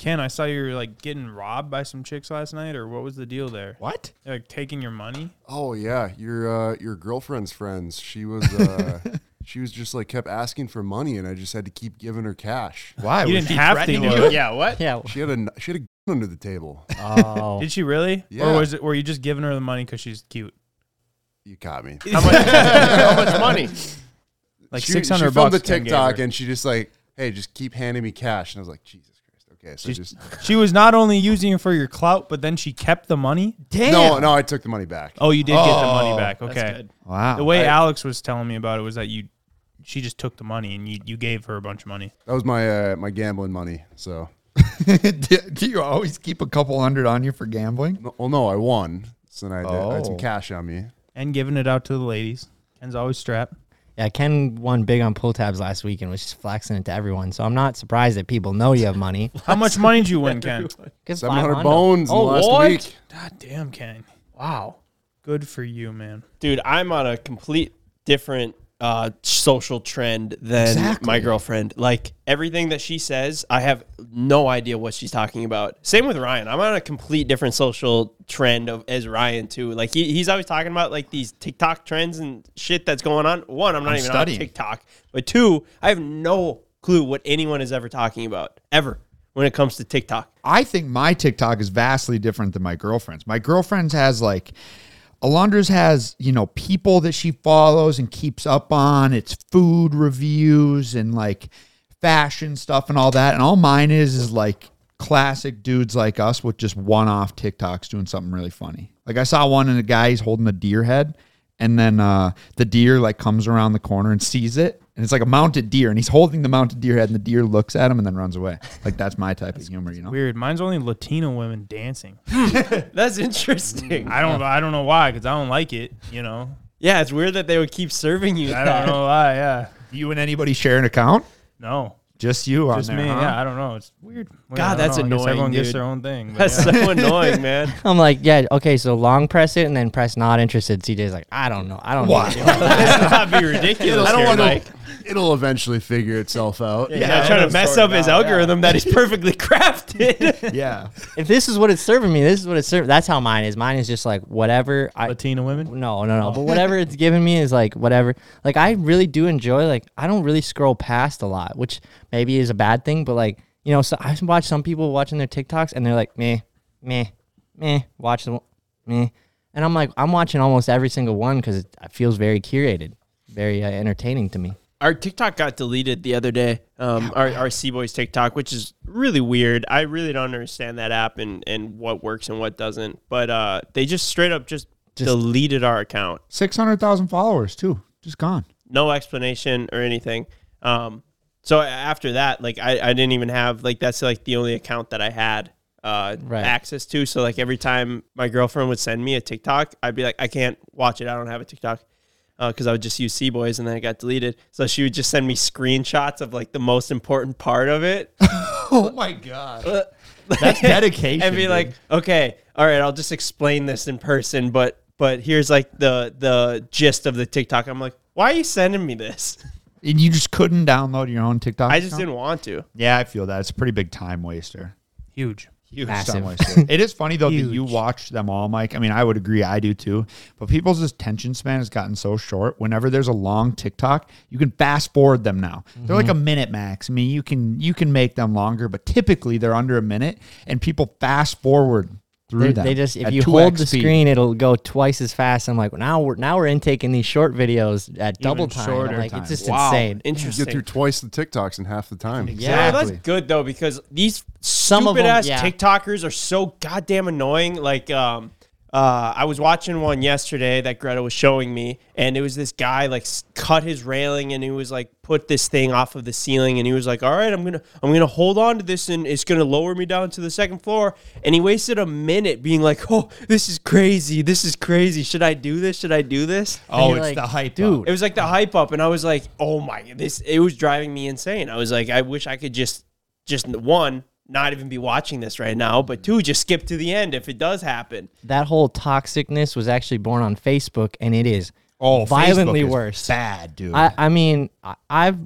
Ken, I saw you were like getting robbed by some chicks last night, or what was the deal there? What? They're, like taking your money? Oh yeah, your uh, your girlfriend's friends. She was uh, she was just like kept asking for money, and I just had to keep giving her cash. Why? You Was didn't she have to, threatening you you? were- Yeah, what? Yeah. She had a kn- she had a gun under the table. Uh, Oh. Did she really? Yeah. Or was it? Were you just giving her the money because she's cute? You caught me. how, much, how much money? Like She- six hundred She filmed bucks. the Ken gave TikTok, her. and she just like, hey, just keep handing me cash, and I was like, Jesus Christ. Okay, so She's- just she was not only using it for your clout, but then she kept the money. Damn. no, no, I took the money back. Oh, you did get the money Oh, back. that's Okay. good. Wow. The way I- Alex was telling me about it was that you, she just took the money and you, you gave her a bunch of money. That was my uh, my gambling money. So, do, do you always keep a couple hundred on you for gambling? no, well, no, I won. So then I had, I had Oh. some cash on me. and giving it out to the ladies. Ken's always strapped. Yeah, Ken won big on pull tabs last week and was just flexing it to everyone. So I'm not surprised that people know you have money. How much money did you win, Ken? It's Seven hundred 500. bones in Oh, the last week. God damn, Ken. Wow. Good for you, man. dude i'm on a complete different uh social trend than my girlfriend like everything that she says i have no idea what she's talking about same with ryan i'm on a complete different social trend of as ryan too like he, he's always talking about like these tiktok trends and shit that's going on one i'm not I'm even studying. on tiktok but two i have no clue what anyone is ever talking about ever when it comes to tiktok I think my TikTok is vastly different than my girlfriend's. My girlfriend's has like Alondra's has, you know, people that she follows and keeps up on. It's food reviews and like fashion stuff and all that. And all mine is is like classic dudes like us with just one off TikToks doing something really funny. Like I saw one and a guy he's holding a deer head and then uh the deer like comes around the corner and sees it. And it's like a mounted deer, and he's holding the mounted deer head, and the deer looks at him and then runs away. Like that's my type of humor, you know. Weird. Mine's only Latino women dancing. that's interesting I don't. I don't know why, because I don't like it. You know. yeah it's weird that they would keep serving you I that. don't know why. Yeah. You and anybody share an account? No. Just you on Just there, me. huh? Yeah. I don't know. It's weird. Well, God, I don't that's know. I guess annoying, Everyone gets dude. their own thing. but that's yeah. so annoying man I'm like, yeah, okay, so long press it and then press not interested. CJ's like, I don't know. I don't Why? know. Let's not be ridiculous. I don't here, want Mike. to. It'll eventually figure itself out. You're not trying to mess up his algorithm that is perfectly crafted. Yeah. If this is what it's serving me, this is what it's serving. That's how mine is. Mine is just like whatever I Latino women. No, no, Oh. no. But whatever it's giving me is like whatever. Like I really do enjoy. Like I don't really scroll past a lot, which maybe is a bad thing. But like you know, so I watch some people watching their TikToks and they're like meh, meh, meh. Watch them, meh. And I'm like, I'm watching almost every single one because it feels very curated, very uh, entertaining to me. our TikTok got deleted the other day. Um, our our C Boys TikTok, which is really weird. I really don't understand that app and and what works and what doesn't. But uh, they just straight up just, deleted our account. 600,000 followers, too. Just gone. No explanation or anything. Um, so after that, like I, I didn't even have like that's like the only account that I had uh Right. access to. So like every time my girlfriend would send me a TikTok, I'd be like, I can't watch it. I don't have a TikTok. because I would just use C boys and then it got deleted. So she would just send me screenshots of like the most important part of it Oh, my God. That's dedication. and be dude. like, okay, all right, I'll just explain this in person, but but here's like the the gist of the TikTok. I'm like, why are you sending me this? and you just couldn't download your own TikTok. I just account? didn't want to. Yeah, I feel that. It's a pretty big time waster. Huge. Huge. Sound Massive. wasted. it is funny though that you Huge. watch them all, Mike. I mean, I would agree, I do too. But people's attention span has gotten so short. Whenever there's a long TikTok, you can fast forward them now. They're like a Mm-hmm. minute max. I mean, you can you can make them longer, but typically they're under a minute, and people fast forward through They, them. they just if at you 2x hold the speed. screen, it'll go twice as fast. I'm like, now we're now we're intaking these short videos at double time. I'm shorter like time. it's just Wow, insane. You get Interesting. through twice the TikToks in half the time. Yeah, Yeah. that's good though because these Some of stupid them, ass yeah. TikTokers are so goddamn annoying. Like, um, uh, I was watching one yesterday that Greta was showing me, and it was this guy like s- cut his railing, and he was like put this thing off of the ceiling, and he was like, "All right, I'm gonna I'm gonna hold on to this, and it's gonna lower me down to the second floor." And he wasted a minute being like, "Oh, this is crazy. This is crazy. Should I do this? Should I do this?" Oh, you're it's like, the hype, dude. dude. It was like the hype up, and I was like, "Oh my!" This it was driving me insane. I was like, "I wish I could just, just one, not even be watching this right now, but two, just skip to the end if it does happen." That whole toxicness was actually born on Facebook, and it is Oh, Facebook violently is worse. Bad, dude. I, I mean, I, I've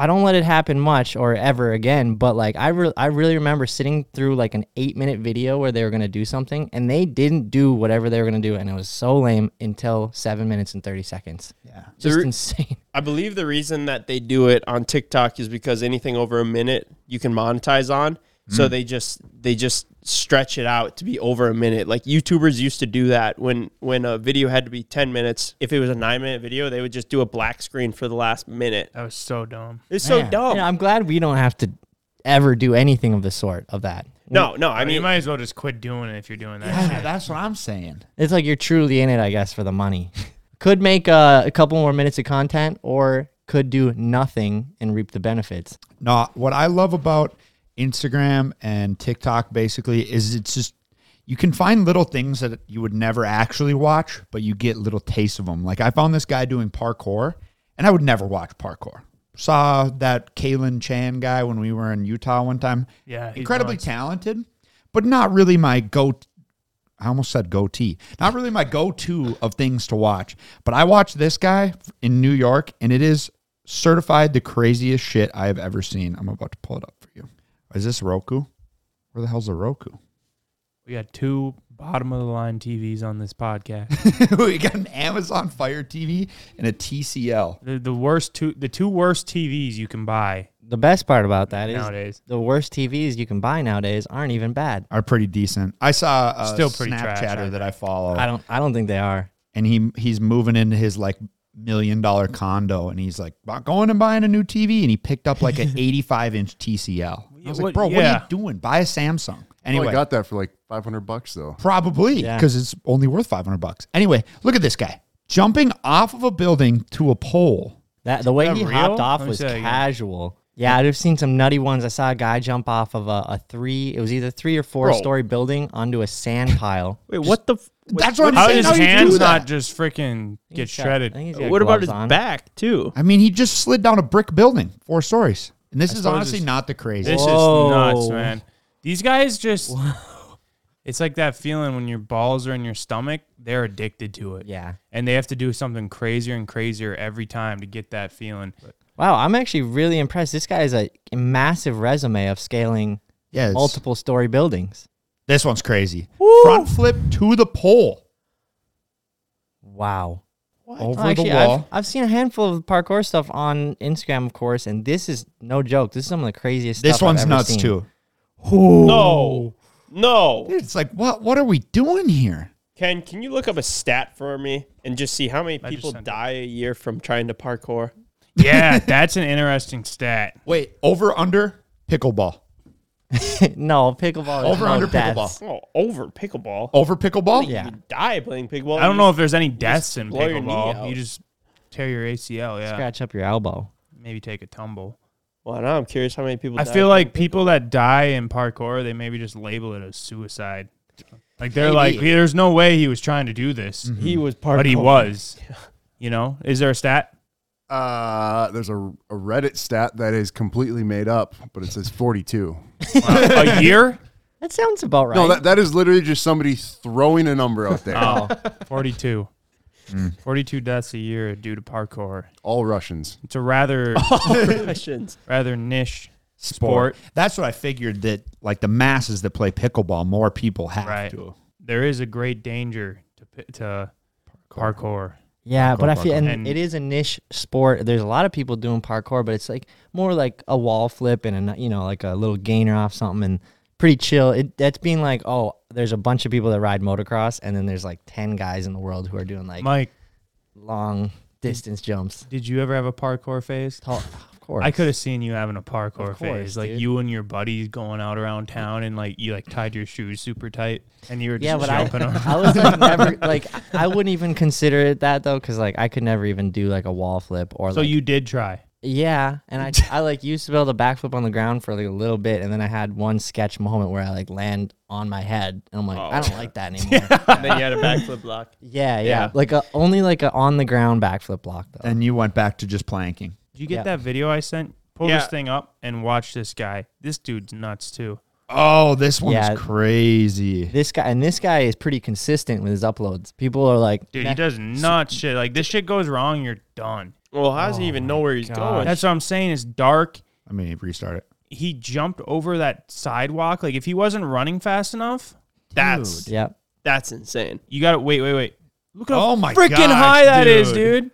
I don't let it happen much or ever again, but like I re- I really remember sitting through like an 8-minute video where they were going to do something and they didn't do whatever they were going to do and it was so lame until 7 minutes and 30 seconds. Yeah. Just There- insane. I believe the reason that they do it on TikTok is because anything over a minute you can monetize on. So they just they just stretch it out to be over a minute. Like YouTubers used to do that when when a video had to be 10 minutes. If it was a 9-minute video, they would just do a black screen for the last minute. That was so dumb. It's so Man. dumb. Yeah, I'm glad we don't have to ever do anything of the sort of that. no, no, I I mean, you mean might as well just quit doing it if you're doing that. Yeah, shit. that's what I'm saying. It's like you're truly in it, I guess, for the money. could make uh, a couple more minutes of content or could do nothing and reap the benefits. No, what I love about Instagram and TikTok basically is it's just you can find little things that you would never actually watch, but you get little tastes of them. Like I found this guy doing parkour, and I would never watch parkour. Saw that Kalen Chan guy when we were in Utah one time. Yeah, he's incredibly nuts. talented, but not really my go. I almost said goatee. Not really my go-to of things to watch, but I watched this guy in New York, and it is certified the craziest shit I have ever seen. I'm about to pull it up for you. Is this Roku? Where the hell's the Roku? We got two bottom of the line TVs on this podcast. we got an Amazon Fire TV and a TCL. the, the worst two, the two worst TVs you can buy The best part about that is nowadays. the worst TVs you can buy nowadays aren't even bad. Are pretty decent. I saw a Still pretty trash, Snapchatter I that I follow, Oh. I don't I don't think they are. and he he's moving into his like million dollar condo, and he's like "Not going and buying a new TV, and he picked up like an 85 inch TCL. I was like, what- yeah. bro, Oh, what are you doing? Buy a Samsung. Well, Anyway, I got that for like 500 bucks though. Probably Yeah. because it's only worth 500 bucks. Anyway, look at this guy jumping off of a building to a pole. That the way that he real? hopped off Let me was see that again. casual. Yeah, I've seen some nutty ones. I saw a guy jump off of a, a three. It was either three or four Bro. story building onto a sand pile. Wait, what the? F- That's what I'm How saying. did how his you do hands that? not just freaking get He's got- shredded? I think he's got What about gloves his on. back too? I mean, he just slid down a brick building, four stories. And this is suppose honestly it's- not the craziest. This Whoa. is nuts, man. These guys just. It's like that feeling when your balls are in your stomach, they're addicted to it. Yeah. And they have to do something crazier and crazier every time to get that feeling. Wow, I'm actually really impressed. This guy has a massive resume of scaling Yeah, it's- multiple story buildings. This one's crazy. Front flip to the pole Wow. over actually, the wall. I've, I've seen a handful of parkour stuff on Instagram, of course, and this is no joke. This is some of the craziest This stuff. I've one's ever nuts seen. too. No, no. Dude, it's like, what? What are we doing here? Ken, can you look up a stat for me and just see how many just people sent it. die a year from trying to parkour? Yeah, that's an interesting stat. Wait, over under pickleball. no, pickleball. is Over no under pickleball. deaths. Oh, over pickleball. Over pickleball. Yeah. You die playing pickleball. Oh, I don't know if there's any deaths in blow your knee out. pickleball. You just tear your ACL, yeah. Scratch up your elbow. Maybe take a tumble. Well, now I'm curious how many people. I die feel playing- like people that die in parkour, they maybe just label it as suicide. Like they're like, Maybe. there's no way he was trying to do this, he was parkour. but he was. You know, is there a stat? Uh, there's a, a Reddit stat that is completely made up, but it says 42. a year? That sounds about right. No, that, that is literally just somebody throwing a number out there. Oh. Oh, 42. 42 deaths a year due to parkour. All Russians. It's a rather Russians. rather niche sport. Sport. That's what I figured that like the masses that play pickleball, more people have Right. to. There is a great danger to pi- to parkour. Yeah, but I feel and, And- it is a niche sport. There's a lot of people doing parkour, but it's like more like a wall flip and a you know like a little gainer off something and pretty chill. It that's being like oh, there's a bunch of people that ride motocross, and then there's like ten guys in the world who are doing like Mike, long distance jumps. did you ever have a parkour phase? Tall, of course, I could have seen you having a parkour Of course, phase, like dude. you and your buddies going out around town, and like you like tied your shoes super tight, and you were Yeah, just but I, jumping around. I was like never like I wouldn't even consider it that though, because like I could never even do like a wall flip or So like, you did try. Yeah, and I I like used to be able to backflip on the ground for like a little bit, and then I had one sketch moment where I like land on my head, and I'm like, Oh. I don't like that anymore. yeah, and then you had a backflip block. yeah, Yeah. like a, only like a on the ground backflip block though. And you went back to just planking. Did you get Yeah. that video I sent? Pull Yeah. this thing up and watch this guy. This dude's nuts too. Oh, this one's Yeah. crazy. This guy and this guy is pretty consistent with his uploads. People are like, Dude, "Nah." he does nuts shit. Like this shit goes wrong, you're done. Well, how does he even know where he's going? Oh That's what I'm saying. It's dark. Let me restart it. He jumped over that sidewalk. Like if he wasn't running fast enough, that's yeah, that's insane. you got to wait, wait, wait. Look how Oh my freaking gosh, high that is, dude. dude.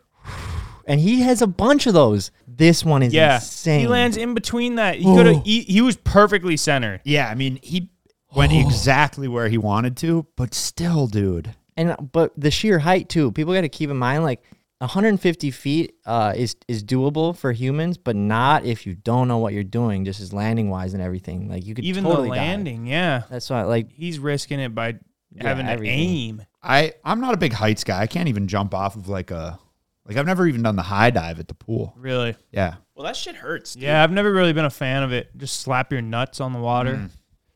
and he has a bunch of those. This one is Yeah, insane. he lands in between that. He could have. He, he was perfectly centered. Yeah, I mean he went exactly where he wanted to, but still, dude. and uh, but the sheer height too. People got to keep in mind like 150 feet uh, is is doable for humans, but not if you don't know what you're doing, just as landing wise and everything. Like you could Even totally the die. landing, yeah, That's why like he's risking it by Yeah, having to everything. aim. I I'm not a big heights guy. I can't even jump off of like a like I've never even done the high dive at the pool. Really? Yeah. Well, that shit hurts. Dude. Yeah, I've never really been a fan of it. Just slap your nuts on the water.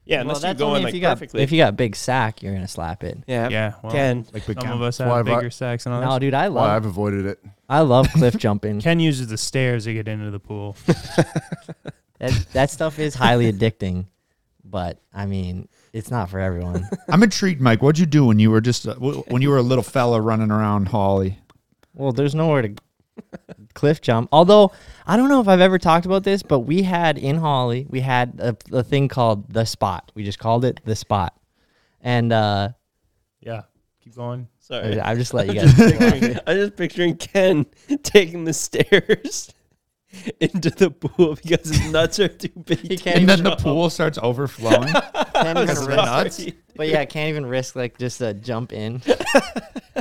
yeah. well, Unless that's you're only going if like you got perfectly. if you got big sack, you're gonna slap it. yeah. Yeah, well, Again, Like big some Ken. of us Why have have I- bigger sacks than No, others. dude, I Well, love I've avoided it. I love cliff jumping. Ken uses the stairs to get into the pool. that that stuff is highly addicting, but I mean it's not for everyone. I'm intrigued, Mike. What'd you do when you were just a, w- when you were a little fella running around Holly? Well, there's nowhere to cliff jump. Although I don't know if I've ever talked about this, but we had in Holly, we had a, a thing called the spot. We just called it the spot, and uh, yeah, keep going. sorry. I just let you guys. I'm just picturing Ken taking the stairs into the pool because his nuts are too big. He to can't And even. then the pool starts overflowing. Can't even the risk, nuts. but yeah, can't even risk like just a jump in.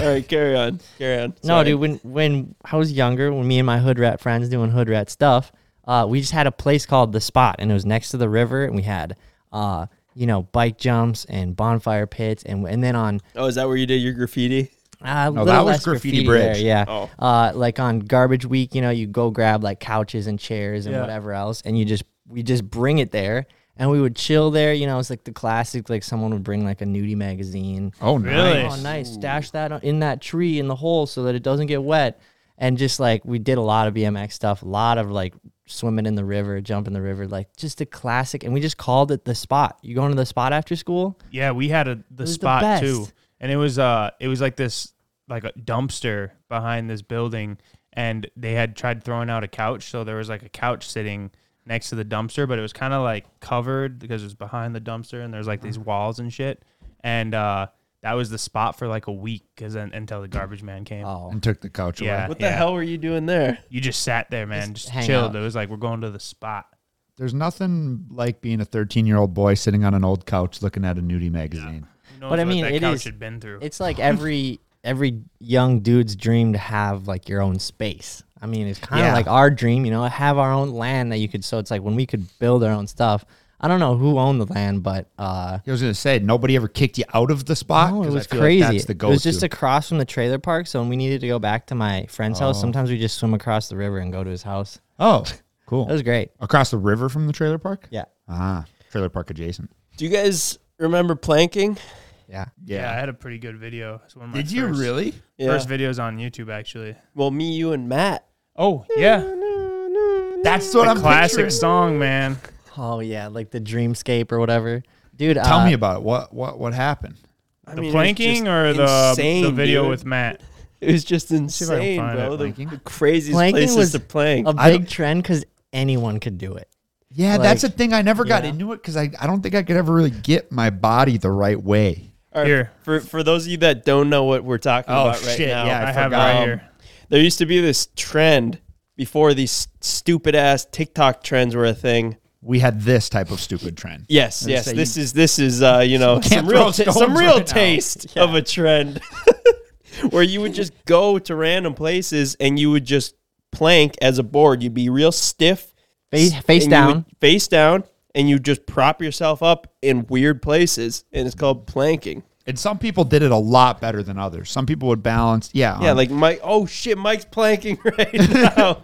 All right, carry on. Carry on. No, Sorry. dude. When when I was younger, when me and my hood rat friends doing hood rat stuff, uh, we just had a place called the Spot, and it was next to the river, and we had, uh, you know, bike jumps and bonfire pits, and and then on Oh, is that where you did your graffiti? Uh, No, little Oh, that was less Graffiti Bridge. There, yeah. Oh. Uh, like on garbage week, you know, you go grab like couches and chairs and Yeah. whatever else, and you just we just bring it there, and we would chill there. You know, it's like the classic. Like someone would bring like a nudie magazine. Oh, Really? nice. Oh, nice. Stash that on- in that tree in the hole so that it doesn't get wet. And just like we did a lot of BMX stuff, a lot of like swimming in the river, jumping in the river, like just a classic. And we just called it the spot. You going to the spot after school? Yeah, we had a the was the spot best. too, and it was uh, it was like this like a dumpster behind this building, and they had tried throwing out a couch, so there was like a couch sitting next to the dumpster, but it was kind of like covered because it was behind the dumpster, and there's like these walls and shit, and uh, that was the spot for like a week because until the garbage man came. Oh, And took the couch Yeah, away. What the yeah. hell were you doing there? You just sat there, man, Just just, hang chilled. out. It was like we're going to the spot. There's nothing like being a 13 year old boy sitting on an old couch looking at a nudie magazine. Who knows But I what mean, that it couch is- had been through. it's like every every young dude's dream to have like your own space. I mean, it's kind of Yeah. like our dream, you know, have our own land that you could. So it's like when we could build our own stuff. I don't know who owned the land, but uh, I was gonna say nobody ever kicked you out of the spot. No, it 'Cause I was feel like crazy. that's the it was just go-to. across from the trailer park. So when we needed to go back to my friend's house, sometimes we just swim across the river and go to his house. oh, That cool. was great. Across the river from the trailer park. Yeah. Ah, trailer park adjacent. Do you guys remember planking? Yeah. yeah. I had a pretty good video. It's one of my Did you first- really? First videos on YouTube, actually. Well, me, you, and Matt. Oh yeah, That's what I'm classic picturing. song, man. Oh, yeah. Like the dreamscape or whatever. Dude, Tell uh, me about it. what what what happened. I The mean, it was planking just or the the insane, video dude. with Matt. It was just see if I can insane, find it. bro. The, Planking? the craziest Planking places was to plank. a I don't- big trend because anyone could do it. Yeah, that's the Like, thing. I never got yeah. into it because I, I don't think I could ever really get my body the right way. All right, Here. for for those of you that don't know what we're talking Oh, about right shit, now, yeah, I I have it right here. There used to be this trend before these stupid ass TikTok trends were a thing. We had this type of stupid trend. Yes, Let's yes. say This is this is uh, you know some can't real throw ta- some stones real right now. taste of a trend where you would just go to random places and you would just plank as a board. You'd be real stiff, Face- s- face and you would down. face down, and you just prop yourself up in weird places, and it's called planking. And some people did it a lot better than others. Some people would balance. Yeah. um, Yeah, on- like Mike. Oh shit, Mike's planking right now.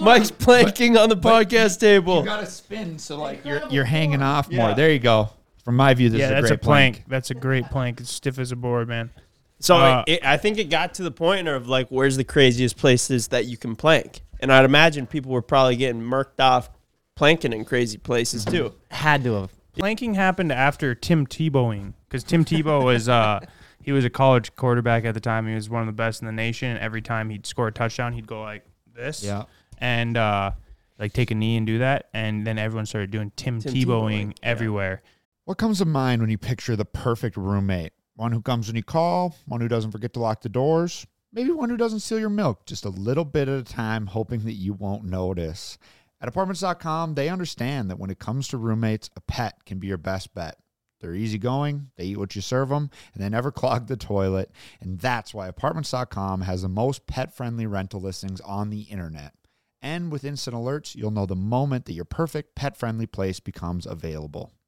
Mike's planking on the podcast table. you gotta spin so like you're you're hanging off more. There you go. From my view, this yeah, is a that's great a plank. That's a great plank. It's stiff as a board, man. So Uh, it, it, I think it got to the point of like, where's the craziest places that you can plank? And I'd imagine people were probably getting murked off planking in crazy places too. Had to have. Planking happened after Tim Tebowing because Tim Tebow was uh, he was a college quarterback at the time. He was one of the best in the nation. And every time he'd score a touchdown, he'd go like this, Yeah. and uh, like take a knee and do that. And then everyone started doing Tim, Tim Tebowing, Tebowing, everywhere. What comes to mind when you picture the perfect roommate? One who comes when you call, one who doesn't forget to lock the doors, maybe one who doesn't steal your milk just a little bit at a time, hoping that you won't notice. At apartments.com, they understand that when it comes to roommates, a pet can be your best bet. They're easygoing, they eat what you serve them, and they never clog the toilet. And that's why apartments.com has the most pet friendly rental listings on the internet. And with instant alerts, you'll know the moment that your perfect pet friendly place becomes available.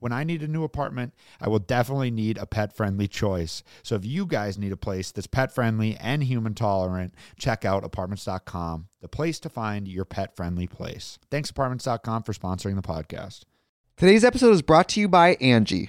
When I need a new apartment, I will definitely need a pet friendly choice. So if you guys need a place that's pet friendly and human tolerant, check out apartments.com, the place to find your pet friendly place. Thanks, apartments.com, for sponsoring the podcast. Today's episode is brought to you by Angie.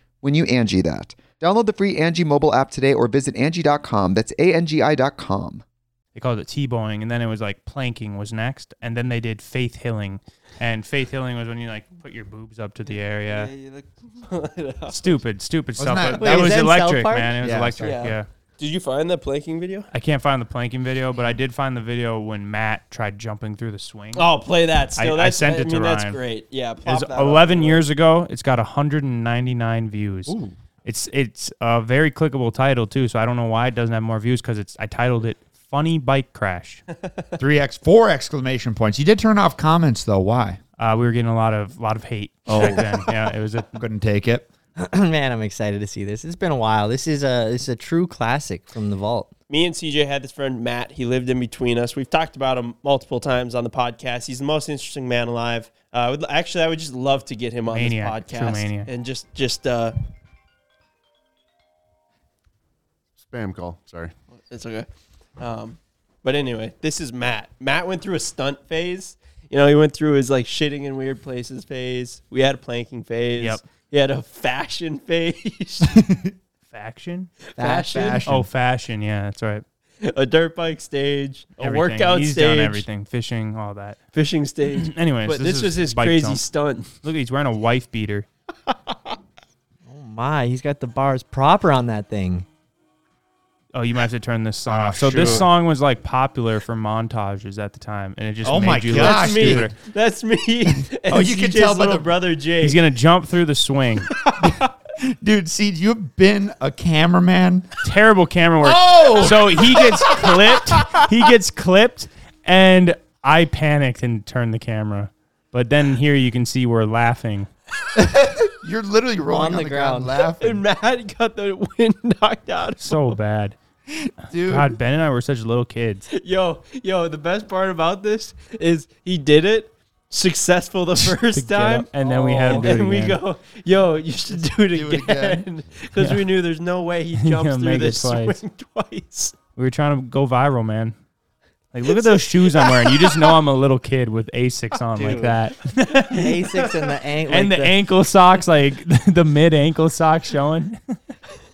when you Angie that. Download the free Angie mobile app today or visit Angie.com. That's A-N-G-I dot com. They called it T-bowing, and then it was like planking was next, and then they did faith hilling, and faith hilling was when you like put your boobs up to the area. Stupid, stupid stuff. that- but Wait, that is was that in South electric, Park? man. It was Yeah. electric. Yeah. yeah. Did you find that planking video? I can't find the planking video, but I did find the video when Matt tried jumping through the swing. Oh, play that. Still, I that's, sent it I to mean, that's Ryan. great. Yeah, it was plop that up. 11 years ago. It's got 199 views. It's it's a very clickable title too, so I don't know why it doesn't have more views because it's I titled it "Funny Bike Crash." 3x, four exclamation points. You did turn off comments though. Why? Uh, we were getting a lot of lot of hate back then. Yeah, it was a Couldn't take it. Man, I'm excited to see this. It's been a while. This is a this is a true classic from the vault. me and CJ had this friend Matt. He lived in between us. We've talked about him multiple times on the podcast. He's the most interesting man alive. Uh, I would, actually, I would just love to get him on Maniac, this true podcast maniac. and just just uh, Spam call. Sorry. It's okay. Um, but anyway, this is Matt. Matt went through a stunt phase. You know, he went through his like shitting in weird places phase. We had a planking phase. Yep. He had a fashion face, Faction? fashion, Fashion. Oh, fashion. Yeah, that's right. a dirt bike stage, a Everything. workout He's stage, done everything. Fishing, all that. fishing stage. Anyways, but this, is was his bike crazy jump. stunt. Look, he's wearing a wife beater. Oh my, he's got the bars proper on that thing. Oh, you might have to turn this song Ah, off. So this shoot. song was like popular for montages at the time, and it just Oh made my you look gosh, That's me. stupider. That's me. Oh, And you can CJ's tell by little the- brother Jake. He's gonna jump through the swing. Dude, see, you've been a cameraman. Terrible camera work. Oh, so he gets clipped. He gets clipped, and I panicked and turned the camera. But then here you can see we're laughing. You're literally rolling on, the, ground, laughing. and Matt got the wind knocked out. of So bad. Dude, God, Ben and I were such little kids. Yo, yo, the best part about this is he did it successful the To first get time. up, and then we had him do it and we again. go, yo, you should do it Do it again. Because we knew there's no way he Yeah, jumps through make it this twice. swing twice. We were trying to go viral, man. Like, look at those shoes I'm wearing. You just know I'm a little kid with Asics on like Dude. that. Asics and the ankle. and the, ankle socks, like the mid ankle socks showing.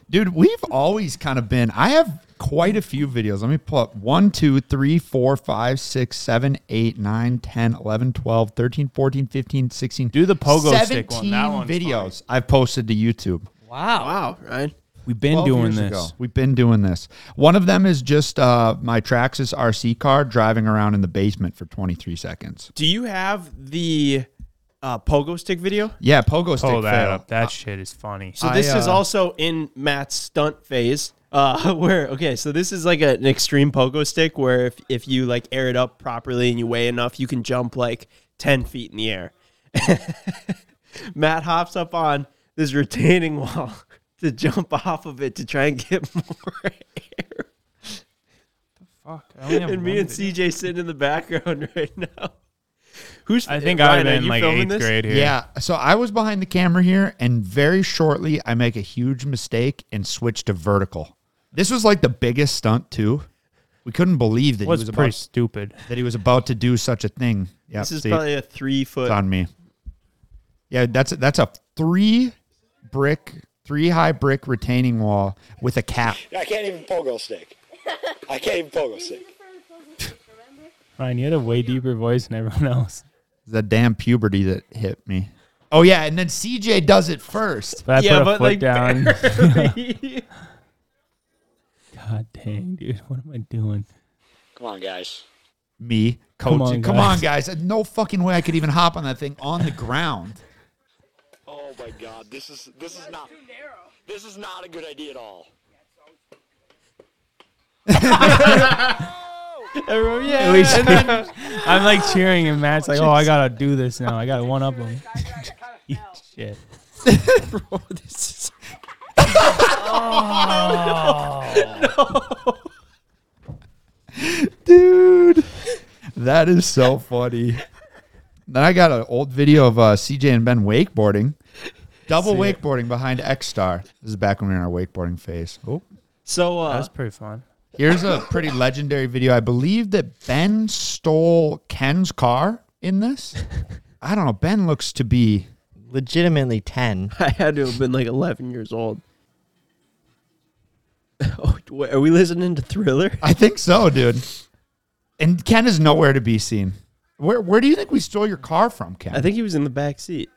dude, we've always kind of been. I have quite a few videos. Let me pull up one, two, three, four, five, six, seven, eight, nine, 10, 11, 12, 13, 14, 15, 16. Do the pogo stick one. That 17 one's videos I've posted to YouTube. wow. Wow, Ryan. We've been 12 doing years this. ago. We've been doing this. One of them is just uh, my Traxxas RC car driving around in the basement for 23 seconds. Do you have the uh, pogo stick video? Yeah, pogo stick Pull that fail. up. That shit is funny. So I, this is uh, also in Matt's stunt phase. Uh, where okay, so this is like a- an extreme pogo stick where if, if you like air it up properly and you weigh enough, you can jump like ten feet in the air. Matt hops up on this retaining wall to jump off of it to try and get more air. Fuck, I only have And me one and video. CJ sitting in the background right now. Who's I think I Ryan, would are have been you like filming eighth this? grade here. Yeah. So I was behind the camera here, and very shortly, I make a huge mistake and switch to vertical. This was like the biggest stunt too. We couldn't believe that It was, he was pretty about stupid. that he was about to do such a thing. Yeah, This is see, probably a three foot it's on me. Yeah, that's a, that's a three brick, three high brick retaining wall with a cap. I can't even pogo stick. I can't even pogo stick. Ryan, you had a way deeper voice than everyone else. The damn puberty that hit me. Oh yeah, and then CJ does it first. But I Yeah, put a but, foot like, down. barely. God dang, dude. What am I doing? Come on, guys. Me Come coaching. on, Come on, guys. No fucking way I could even hop on that thing on the ground. Oh my God, this is this is not this is not a good idea at all. Everyone, yeah. I'm like cheering, and Matt's like, "Oh, I gotta do this now. I gotta one up him." Shit. dude. That is so funny. Then I got an old video of uh, CJ and Ben wakeboarding, double wakeboarding behind X Star. This is back when we were in our wakeboarding phase. Oh, So uh, That was pretty fun. here's a pretty legendary video. I believe that Ben stole Ken's car in this. I don't know. Ben looks to be Legitimately ten. I had to have been like 11 years old. Oh, wait, are we listening to Thriller? I think so, dude. And Ken is nowhere to be seen. Where Where do you think we stole your car from, Ken? I think he was in the back seat.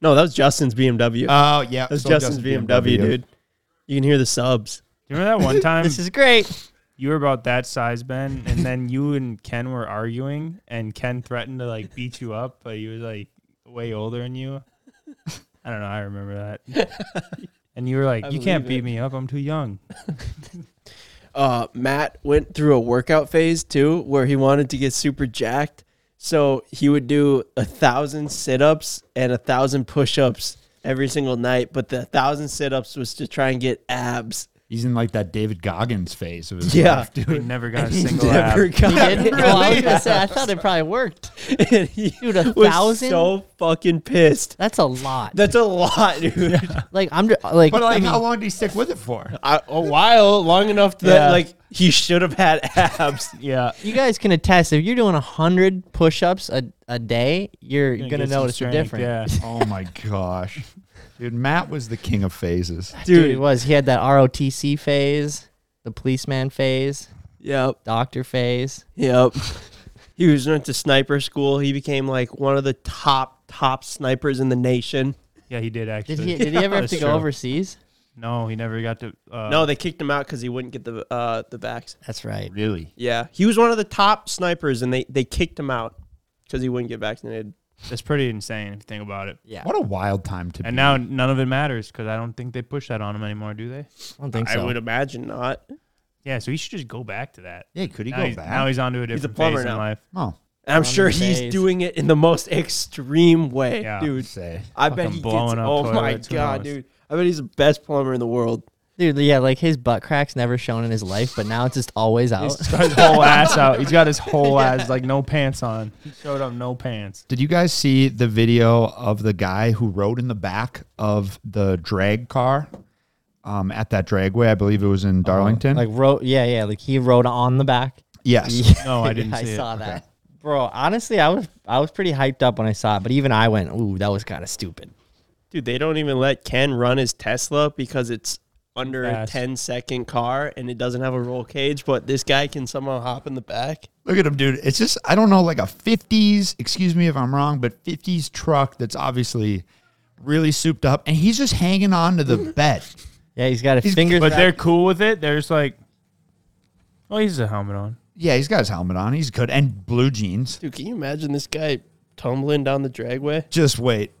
No, that was Justin's BMW. Oh yeah, that was so Justin's Justin's BMW, dude. You can hear the subs. Do you remember that one time This is great. you were about that size, Ben, and then you and Ken were arguing, and Ken threatened to like beat you up, but he was like way older than you. I don't know. I remember that. And you were like, "You can't beat believe me it. up. I'm too young." Uh, Matt went through a workout phase too, where he wanted to get super jacked. So he would do a thousand sit-ups and a thousand push-ups every single night. But the thousand sit-ups was to try and get abs. He's in like that David Goggins phase of his Yeah. life, dude. We never got a He single ab. never got Did- well, I was gonna say, I thought it probably worked. and he Dude, a was thousand? so fucking pissed. That's a lot. That's a lot, dude. like I'm just, like, But like, I mean, how long did he stick with it for? I, a while, long enough that Yeah. like He should have had abs. Yeah. You guys can attest if you're doing hundred push-ups a, a day, you're gonna, Get some notice a strength, difference. Yeah. Oh my gosh. Dude, Matt was the king of phases. Dude, it was. He had that ROTC phase, the policeman phase, Yep. doctor phase. Yep. He was went to sniper school. He became like one of the top top snipers in the nation. Yeah, he did actually. Did he? Did he ever have That's to go true. overseas? No, he never got to. Uh, No, they kicked him out because he wouldn't get the uh, the vax. That's right. really. Yeah, he was one of the top snipers, and they they kicked him out because he wouldn't get vaccinated. That's pretty insane if you think about it. Yeah. What a wild time to And be. now none of it matters because I don't think they push that on him anymore, do they? I don't think I so. would imagine not. Yeah, so he should just go back to that. yeah, could he now go he's, back? Now he's onto a different He's a plumber phase in now. life. oh, And I'm From sure the he's base. doing it in the most extreme way, Yeah. dude. say. I bet Fucking he gets. blowing up Oh my toilets, who god, knows? dude! I bet he's the best plumber in the world. Dude, yeah, like his butt cracks never shown in his life, but now it's just always out. He's got his whole ass out. He's got his whole ass like no pants on. He showed up no pants. Did you guys see the video of the guy who rode in the back of the drag car um, at that dragway? I believe it was Uh-huh. in Darlington. Like wrote, yeah, yeah. Like he wrote on the back. yes. No, Oh, I didn't I see it. saw that, bro. Honestly, I was I was pretty hyped up when I saw it, but even I went, "Ooh, that was kind of stupid." Dude, they don't even let Ken run his Tesla because it's under Fast. a 10 second car and it doesn't have a roll cage, but this guy can somehow hop in the back. Look at him, dude. It's just, I don't know, like a 50s, excuse me if I'm wrong, but 50s truck that's obviously really souped up. And he's just hanging on to the bed. Yeah, he's got his fingers. But out. they're cool with it. They're just like, oh, he's a helmet on. Yeah, he's got his helmet on. He's good. And blue jeans. Dude, can you imagine this guy tumbling down the dragway? Just wait.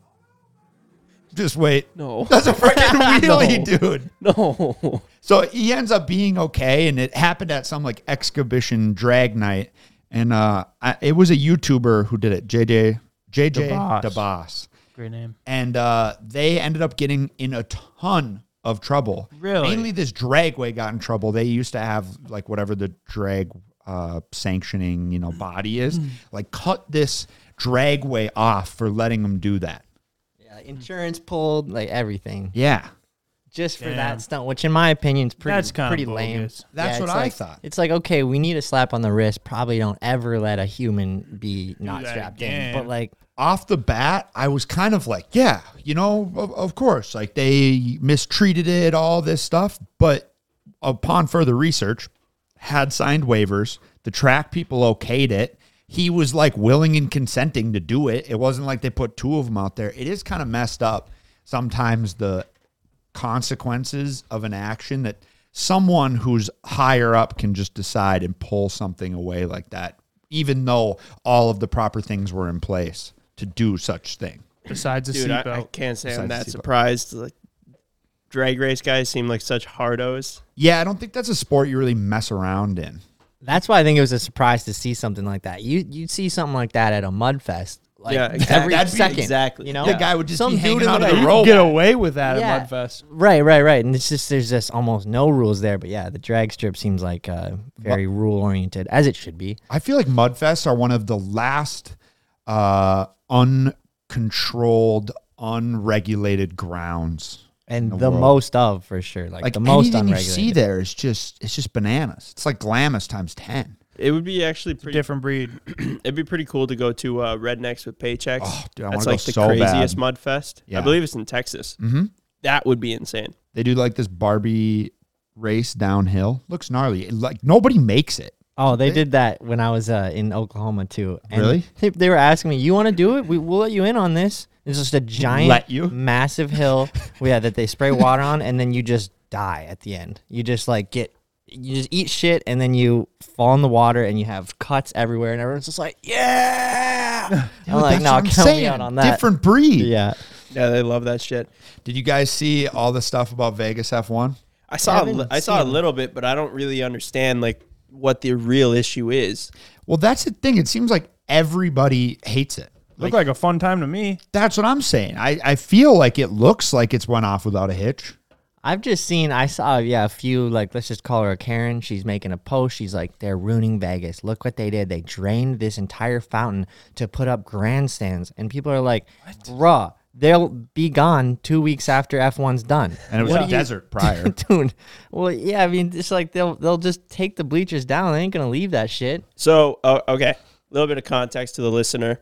Just wait. No. That's a freaking wheelie, No. dude. No. So he ends up being okay, and it happened at some like exhibition drag night, and uh, I, it was a YouTuber who did it, JJ JJ DeBoss. DeBoss, Great name. and uh, they ended up getting in a ton of trouble. Really? mainly this dragway got in trouble. They used to have like whatever the drag uh, sanctioning you know body is, like cut this dragway off for letting them do that. yeah, insurance pulled, like everything, Yeah, just for Damn. that stunt. Which, in my opinion, is pretty That's kinda pretty lame. bogus. That's it's what I like, thought. It's like okay, we need a slap on the wrist. Probably don't ever let a human be not that strapped again. in. But like, off the bat, I was kind of like, yeah, you know, of, of course, like they mistreated it, all this stuff. But upon further research, had signed waivers. The track people okayed it. He was like willing and consenting to do it. It wasn't like they put two of them out there. It is kind of messed up sometimes the consequences of an action that someone who's higher up can just decide and pull something away like that, even though all of the proper things were in place to do such thing. Besides the Dude, I, I seatbelt. can't say Besides I'm that the seatbelt. surprised. Like, drag race guys seem like such hardos. Yeah, I don't think that's a sport you really mess around in. that's why I think it was a surprise to see something like that. You you'd see something like that at a mud fest, like Yeah, exactly. every That'd be- second, exactly. You know, The guy would just Some be dude hanging in out the- of the You rope. get away with that Yeah. at Mudfest. Right, right, right. And it's just there's just almost no rules there. But yeah, the drag strip seems like uh, very rule oriented, as it should be. I feel like mudfests are one of the last uh, uncontrolled, unregulated grounds. And the the, world. most of for sure, like, Like the most anything you unregulated. see there is just it's just bananas. It's like glamis times ten. It would be actually pretty. Different breed. It'd be pretty cool to go to uh, Rednecks with Paychecks. Oh, dude, I That's wanna go like the so craziest bad. mud fest. Yeah. I believe it's in Texas. Mm-hmm. That would be insane. They do like this Barbie race downhill. Looks gnarly. It, like nobody makes it. Oh, they did that when I was uh, in Oklahoma too. And Really? They, they were asking me, "You want to do it? We, we'll let you in on this." It's just a giant, Let you? massive hill. yeah, that they spray water on, and then you just die at the end. You just like get, you just eat shit, and then you fall in the water, and you have cuts everywhere, and everyone's just like, "Yeah." I'm like, That's "No, what I'm count me saying. out on that." Different breed. Yeah. Yeah, they love that shit. Did you guys see all the stuff about Vegas F1? I saw a haven't li- I saw a little bit, but I don't really understand like what the real issue is. Well, that's the thing. It seems like everybody hates it. Looked like a fun time to me. That's what I'm saying. I, I feel like it looks like it's went off without a hitch. I've just seen, I saw, yeah, a few, like, let's just call her a Karen. She's making a post. She's like, they're ruining Vegas. Look what they did. They drained this entire fountain to put up grandstands. And people are like, bruh, they'll be gone two weeks after F1's done. And it was What a do you- desert prior. Dude, well, yeah, I mean, it's like they'll they'll just take the bleachers down. They ain't gonna leave that shit. So, uh, okay, a little bit of context to the listener.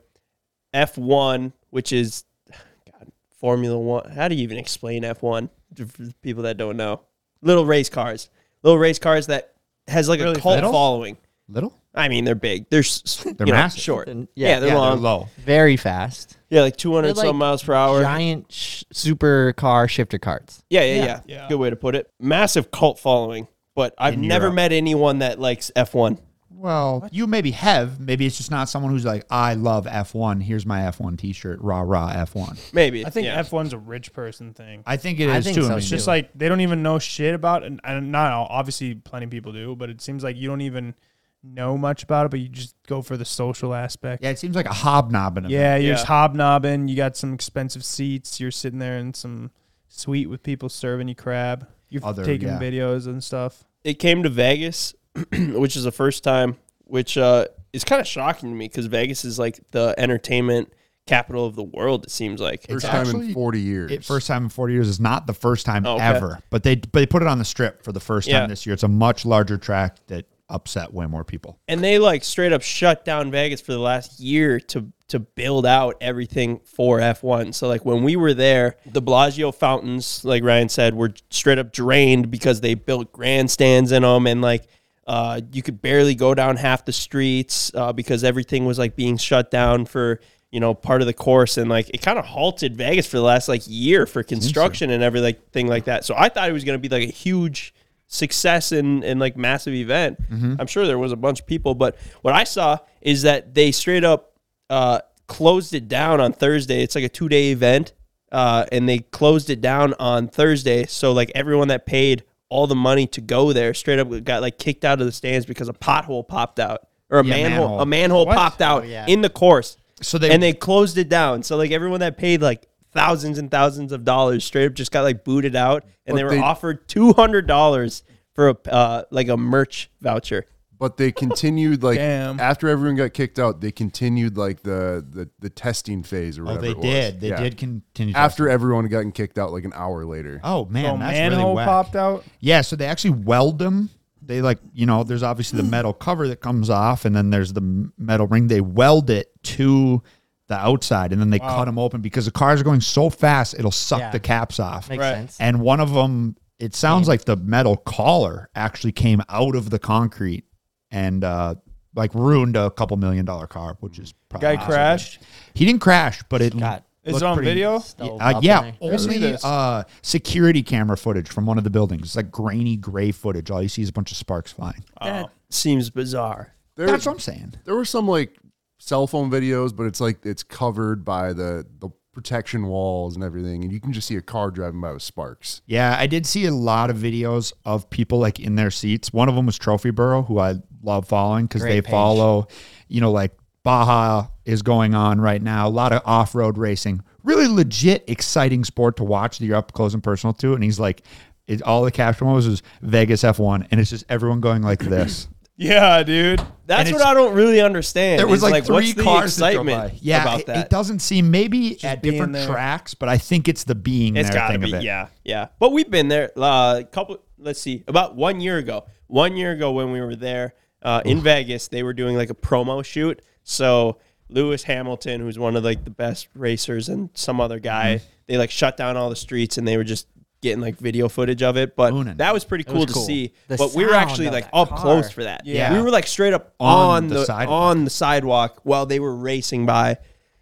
F1, which is God, Formula One. How do you even explain F1 to for the people that don't know? Little race cars, little race cars that has like Really a cult little? following. Little? I mean, they're big. They're s- They're you know, massive. short. And- yeah, yeah, they're yeah, long. Low. Very fast. Yeah, like 200 They're like some miles per hour. Giant sh- super car shifter carts. Yeah, yeah, yeah, Yeah. Good way to put it. Massive cult following, but I've In never Europe. met anyone that likes F1. Well, you maybe have. Maybe it's just not someone who's like, I love F1. Here's my F1 t shirt. Rah, rah, F1. Maybe. I think yeah. F1's a rich person thing. I think it I is think too. I so, mean, It's too. just like they don't even know shit about and, and not all- obviously plenty of people do, but it seems like you don't even know much about it, but you just go for the social aspect. yeah, it seems like a hobnobbing. event. Yeah, you're Yeah. just hobnobbing, you got some expensive seats, you're sitting there in some suite with people serving you crab. You're Other- taking yeah. videos and stuff. it came to Vegas, which is the first time, which uh, is kind of shocking to me because Vegas is like the entertainment capital of the world. It seems like It's First time actually- in 40 years. It, first time in 40 years is not the first time Oh, okay. ever, but they but they put it on the strip for the first Yeah. time this year. It's a much larger track that upset way more people. and they like straight up shut down Vegas for the last year to to build out everything for F1. So like when we were there, the Bellagio fountains, like Ryan said, were straight up drained because they built grandstands in them and like uh, you could barely go down half the streets uh, because everything was like being shut down for you know part of the course and like it kind of halted Vegas for the last like year for construction and everything like, thing like that. So I thought it was going to be like a huge success and and like massive event. Mm-hmm. I'm sure there was a bunch of people, but what I saw is that they straight up uh, closed it down on Thursday. It's like a two day event, uh, and they closed it down on Thursday. So like everyone that paid all the money to go there straight up got like kicked out of the stands because a pothole popped out or a Yeah, manhole, manhole. a manhole popped out in the course. So they- and they closed it down. So like everyone that paid like thousands and thousands of dollars straight up just got like booted out and they were they- offered two hundred dollars for a uh, like a merch voucher. but they continued like Damn. after everyone got kicked out, they continued like the the, the testing phase or Oh, whatever. they it was. did. They Yeah. did continue to- after everyone had gotten kicked out like an hour later. Oh man, oh, that's manhole really whack. popped out. Yeah, so they actually weld them. They like, you know, there's obviously the metal cover that comes off, and then there's the m- metal ring. They weld it to the outside, and then they cut them open because the cars are going so fast, it'll suck Yeah. the caps off. Makes Right. sense. And one of them, it sounds like the metal collar actually came out of the concrete and uh, like ruined a couple million dollar car, which is probably Guy awesome. crashed. He didn't crash, but it Got Is looked it on pretty- video? stove Mm. uh, up in yeah, there. only uh, security camera footage from one of the buildings. It's like grainy gray footage. All you see is a bunch of sparks flying. That seems bizarre. There, That's what I'm saying. there were some like cell phone videos, but it's like it's covered by the the protection walls and everything, and you can just see a car driving by with sparks. Yeah, I did see a lot of videos of people like in their seats. One of them was Trophy Burrow, who I love following because Great they page. follow, you know, like Baja is going on right now. A lot of off road racing, really legit, exciting sport to watch that you're up close and personal to. And he's like, it, all the caption was is Vegas F1, and it's just everyone going like this. Yeah, dude. That's what I don't really understand. There was is, like, three what's the cars that drove excitement by. Yeah, about it, that. it doesn't seem maybe at being different there. tracks, but I think it's the being It's there gotta thing be, of it. yeah, yeah. But we've been there uh, a couple. Let's see, about one year ago. One year ago, when we were there uh, in Vegas, they were doing like a promo shoot. So Lewis Hamilton, who's one of like the best racers, and some other guy, they like shut down all the streets, and they were just getting like video footage of it. But Mooning. that was pretty cool was to cool. see. The but we were sound actually of like that up car. close for that. Yeah. we were like straight up on, On the, the sidewalk. on the sidewalk while they were racing by.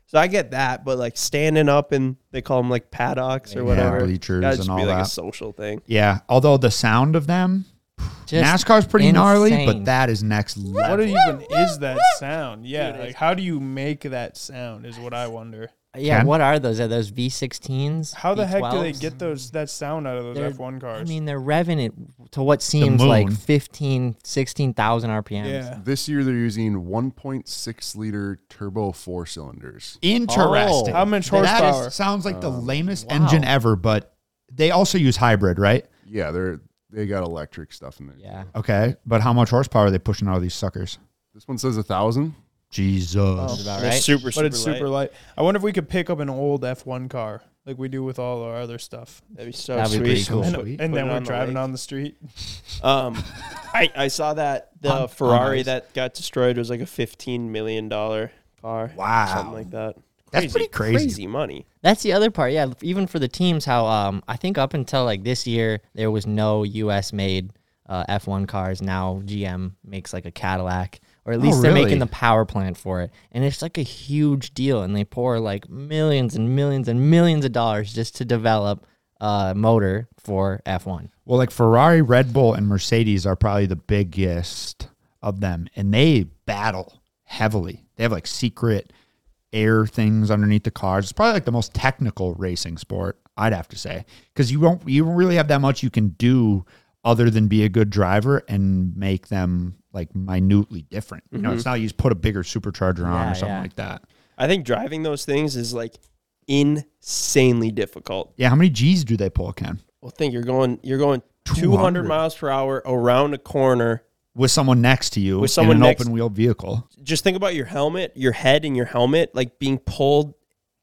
So I get that, but like standing up and they call them like paddocks or whatever. bleachers That'd and just be all like a that. social thing. Yeah, although the sound of them, Just NASCAR's pretty gnarly, insane. but that is next level. What even is that sound? Yeah, like how do you make that sound is what I wonder. yeah. Ken? What are those? Are those V16s? How the heck do they V12s? get those that sound out of They're- those F1 cars? I mean, they're revving it to what seems like moon. 15, 16,000 RPMs. yeah. This year they're using 1.6 liter turbo four cylinders. Interesting. Oh. How much That is- horsepower? sounds like the lamest engine ever, but they also use hybrid, right? Yeah, they're they got electric stuff in there. Yeah. Okay, but how much horsepower are they pushing out of these suckers? This one says a thousand. Jesus. About It's right. super, super, but it's super light. light. I wonder if we could pick up an old F1 car like we do with all our other stuff, That'd be so That'd be pretty sweet. cool. and, Sweet. and Put then it we're on the driving lake. on the street. Um, I I saw that the Ferrari that got destroyed was like a fifteen million dollar car. Wow. something like that. That's pretty crazy. Crazy money. That's the other part. Yeah, even for the teams, how um I think up until like this year there was no U.S. made uh, F1 cars. Now GM makes like a Cadillac, or at least they're Oh, really? making the power plant for it, and it's like a huge deal. And they pour like millions and millions and millions of dollars just to develop a motor for F1. Well, like Ferrari, Red Bull, and Mercedes are probably the biggest of them, and they battle heavily. They have like secret air things underneath the cars. It's probably like the most technical racing sport, I'd have to say, because you won't you don't really have that much you can do other than be a good driver and make them like minutely different. You Mm-hmm. know, it's not you just put a bigger supercharger on Yeah, or something yeah. like that. I think driving those things is like insanely difficult. Yeah, how many G's do they pull, Ken? Well, think you're going you're going two 200. hundred miles per hour around a corner. With someone next to you With someone in an next- open wheel vehicle. Just think about your helmet, your head, and your helmet like being pulled,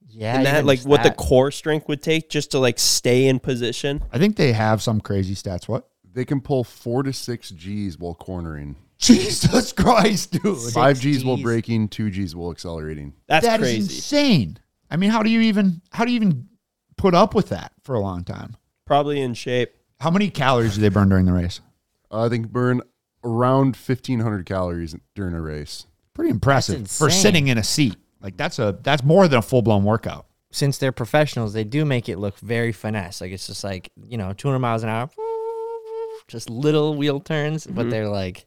Yeah, and that even like just what the that. core strength would take just to like stay in position. I think they have some crazy stats. What? They can pull four to six G's while cornering. Jesus Christ, dude. Five G's while Gs. braking, two G's while accelerating. That's That is crazy. insane. I mean, how do you even how do you even put up with that for a long time? Probably in shape. How many calories do they burn during the race? Uh, they can burn around fifteen hundred calories during a race. Pretty impressive That's for insane. sitting in a seat. Like that's a that's more than a full blown workout. since they're professionals, they do make it look very finesse. Like it's just like you know, 200 miles an hour, just little wheel turns, but they're like,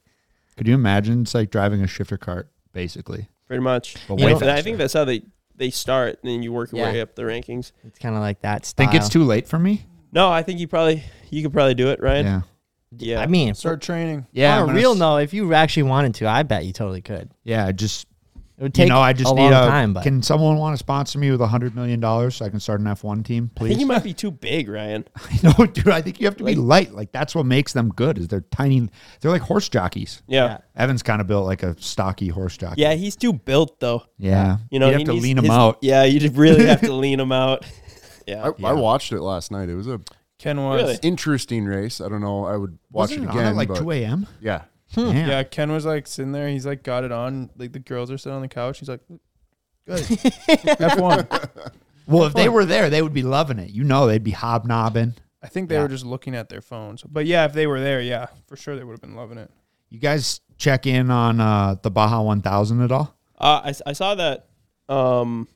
Could you imagine? It's like driving a shifter cart, basically. pretty much. But You way know- And I faster. think that's how they they start, and then you work your Yeah. way up the rankings. it's kind of like that style. Think it's too late for me? No, I think you probably you could probably do it, Ryan. Yeah. Yeah. I mean, Start training. Yeah. I'm on a gonna real s- note, if you actually wanted to, I bet you totally could. Yeah, I just It would take you know, I just a need long a time, but can someone want to sponsor me with a hundred million dollars so I can start an F one team, I please? think you might be too big, Ryan. No, dude, I think you have to be light. Like that's what makes them good. Is they're tiny. They're like horse jockeys. Yeah. Evan's kind of built like a stocky horse jockey. Yeah, he's too built though. yeah. You know, you have he to needs lean him his- out. Yeah, you just really have to lean him out. Yeah. I, I watched it last night. It was a Ken was. Really? interesting race. I don't know. I would watch Wasn't it on again. at like but two a.m. yeah, Damn. Yeah, Ken was like sitting there. He's like got it on. Like the girls are sitting on the couch. He's like, good. F1. Well, if they were there, they would be loving it. You know, they'd be hobnobbing. I think they were just looking at their phones. But yeah, if they were there, yeah, for sure they would have been loving it. You guys check in on uh, the Baja One Thousand at all? Uh, I s- I saw that um,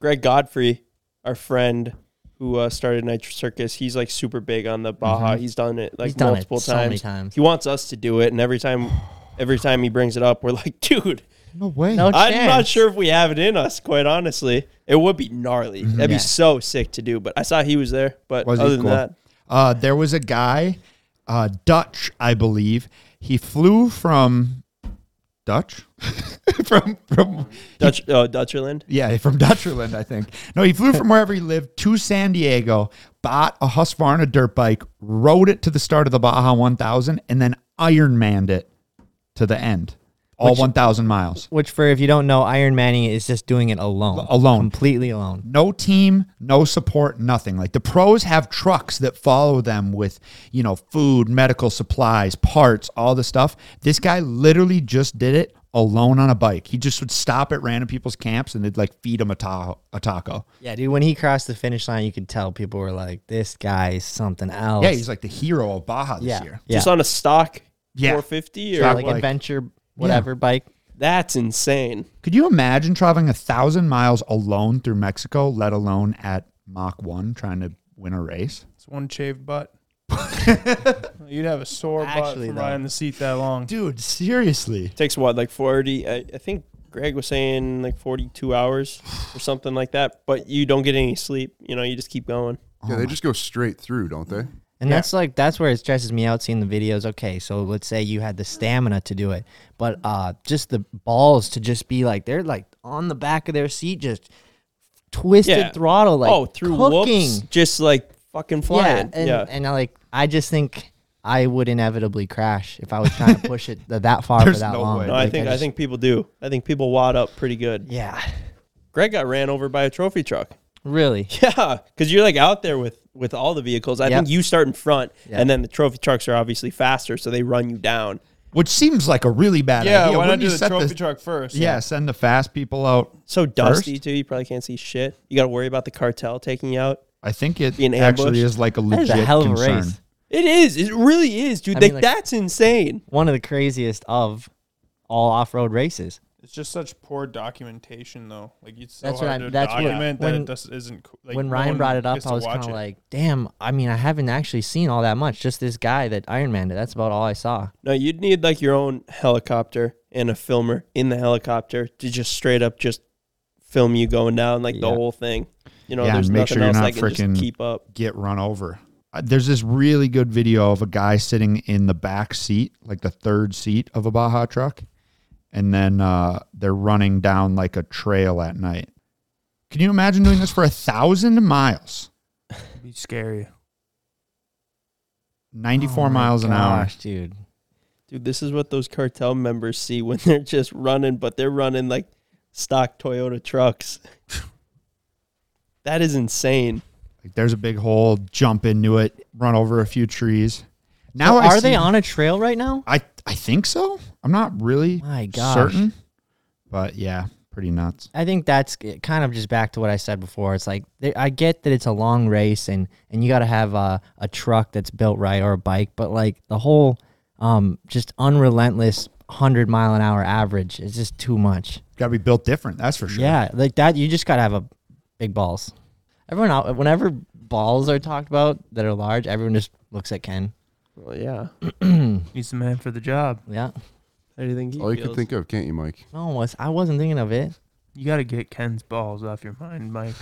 Greg Godfrey, our friend who uh, started Nitro Circus, he's like super big on the Baja. He's done it like Mm-hmm. He's done it multiple so many times. times. He wants us to do it, and every time, every time he brings it up, we're like, dude. No way. No I'm not chance. sure if we have it in us, quite honestly. It would be gnarly. That'd be Mm-hmm. Yeah. so sick to do. But I saw he was there. But Was he other than cool? that, Uh, there was a guy, uh, Dutch, I believe. He flew from Dutch, from from Dutch uh, Dutcherland. Yeah, from Dutcherland, I think. No, he flew from wherever he lived to San Diego, bought a Husqvarna dirt bike, rode it to the start of the Baja 1000, and then Ironmanned it to the end, all 1,000 miles. Which, for if you don't know, Iron Manning is just doing it alone, alone. completely alone. No team, no support, nothing. Like the pros have trucks that follow them with, you know, food, medical supplies, parts, all the stuff. This guy literally just did it alone on a bike. He just would stop at random people's camps and they'd like feed him a, ta- a taco. Yeah, dude. When he crossed the finish line, you could tell people were like, "This guy is something else." Yeah, he's like the hero of Baja this yeah, year. yeah. Just on a stock Yeah. 450 or Stock like bike. adventure, whatever bike. that's insane. Could you imagine traveling a thousand miles alone through Mexico, let alone at Mach 1 trying to win a race? It's one shaved butt. You'd have a sore Actually, butt from though. riding the seat that long. Dude, seriously. Takes what, like 40? I, I think Greg was saying like 42 hours or something like that. But you don't get any sleep. You know, you just keep going. Oh yeah. They just go straight through, don't they? And that's like that's where it stresses me out seeing the videos. Okay, so let's say you had the stamina to do it, but uh just the balls to just be like they're like on the back of their seat, just twisted Yeah. throttle, like oh, through cooking. whoops, just like fucking yeah, flying. and yeah. and I like I just think I would inevitably crash if I was trying to push it th- that far for There's that no long. way. No, I Like, think I just- think people do. I think people wad up pretty good. Yeah, Greg got ran over by a trophy truck. really. Yeah, because you're like out there with with all the vehicles. I Yep. think you start in front, Yep. and then the trophy trucks are obviously faster, so they run you down. which seems like a really bad Yeah, idea. why not Wouldn't do you the set trophy truck first? Yeah, send the fast people out. So dusty First? too. You probably can't see shit. You got to worry about the cartel taking you out. I think it Being actually ambushed. is like a That legit is a hell of a concern. race. It is. It really is, dude. I like, mean, like- that's insane. One of the craziest of all off-road races. It's just such poor documentation, though. Like it's so That's what hard I- to that's what- document that when- it just isn't. co- Like, when no Ryan one brought it up, gets I to was watch kind of it. like, damn, I mean, I haven't actually seen all that much. Just this guy that Iron Man did. That's about all I saw. No, you'd need like your own helicopter and a filmer in the helicopter to just straight up just film you going down like the Yeah. whole thing. You know, Yeah, and there's make nothing sure you're else not I can frickin' just keep up. Get run over. Uh, There's this really good video of a guy sitting in the back seat, like the third seat of a Baja truck, and then uh, they're running down like a trail at night. Can you imagine doing this for a thousand miles, Be scary. ninety-four Oh my miles an hour? gosh, dude. Dude, this is what those cartel members see when they're just running, but they're running like stock Toyota trucks. that is insane. Like there's a big hole, jump into it, run over a few trees. Now I So are they see- on a trail right now? I I think so. I'm not really My gosh. certain, but yeah, pretty nuts. I think that's g- kind of just back to what I said before. It's like there- I get that it's a long race and and you got to have a, a truck that's built right or a bike, but like the whole um just unrelentless hundred mile an hour average is just too much. Got to be built different, that's for sure. Yeah, like that. You just gotta have a big balls. Everyone, out, whenever balls are talked about that are large, everyone just looks at Ken. Well, yeah. He's the man for the job. Yeah. How do you think he All you can feels? think of, can't you, Mike? No, was I wasn't thinking of it. You got to get Ken's balls off your mind, Mike.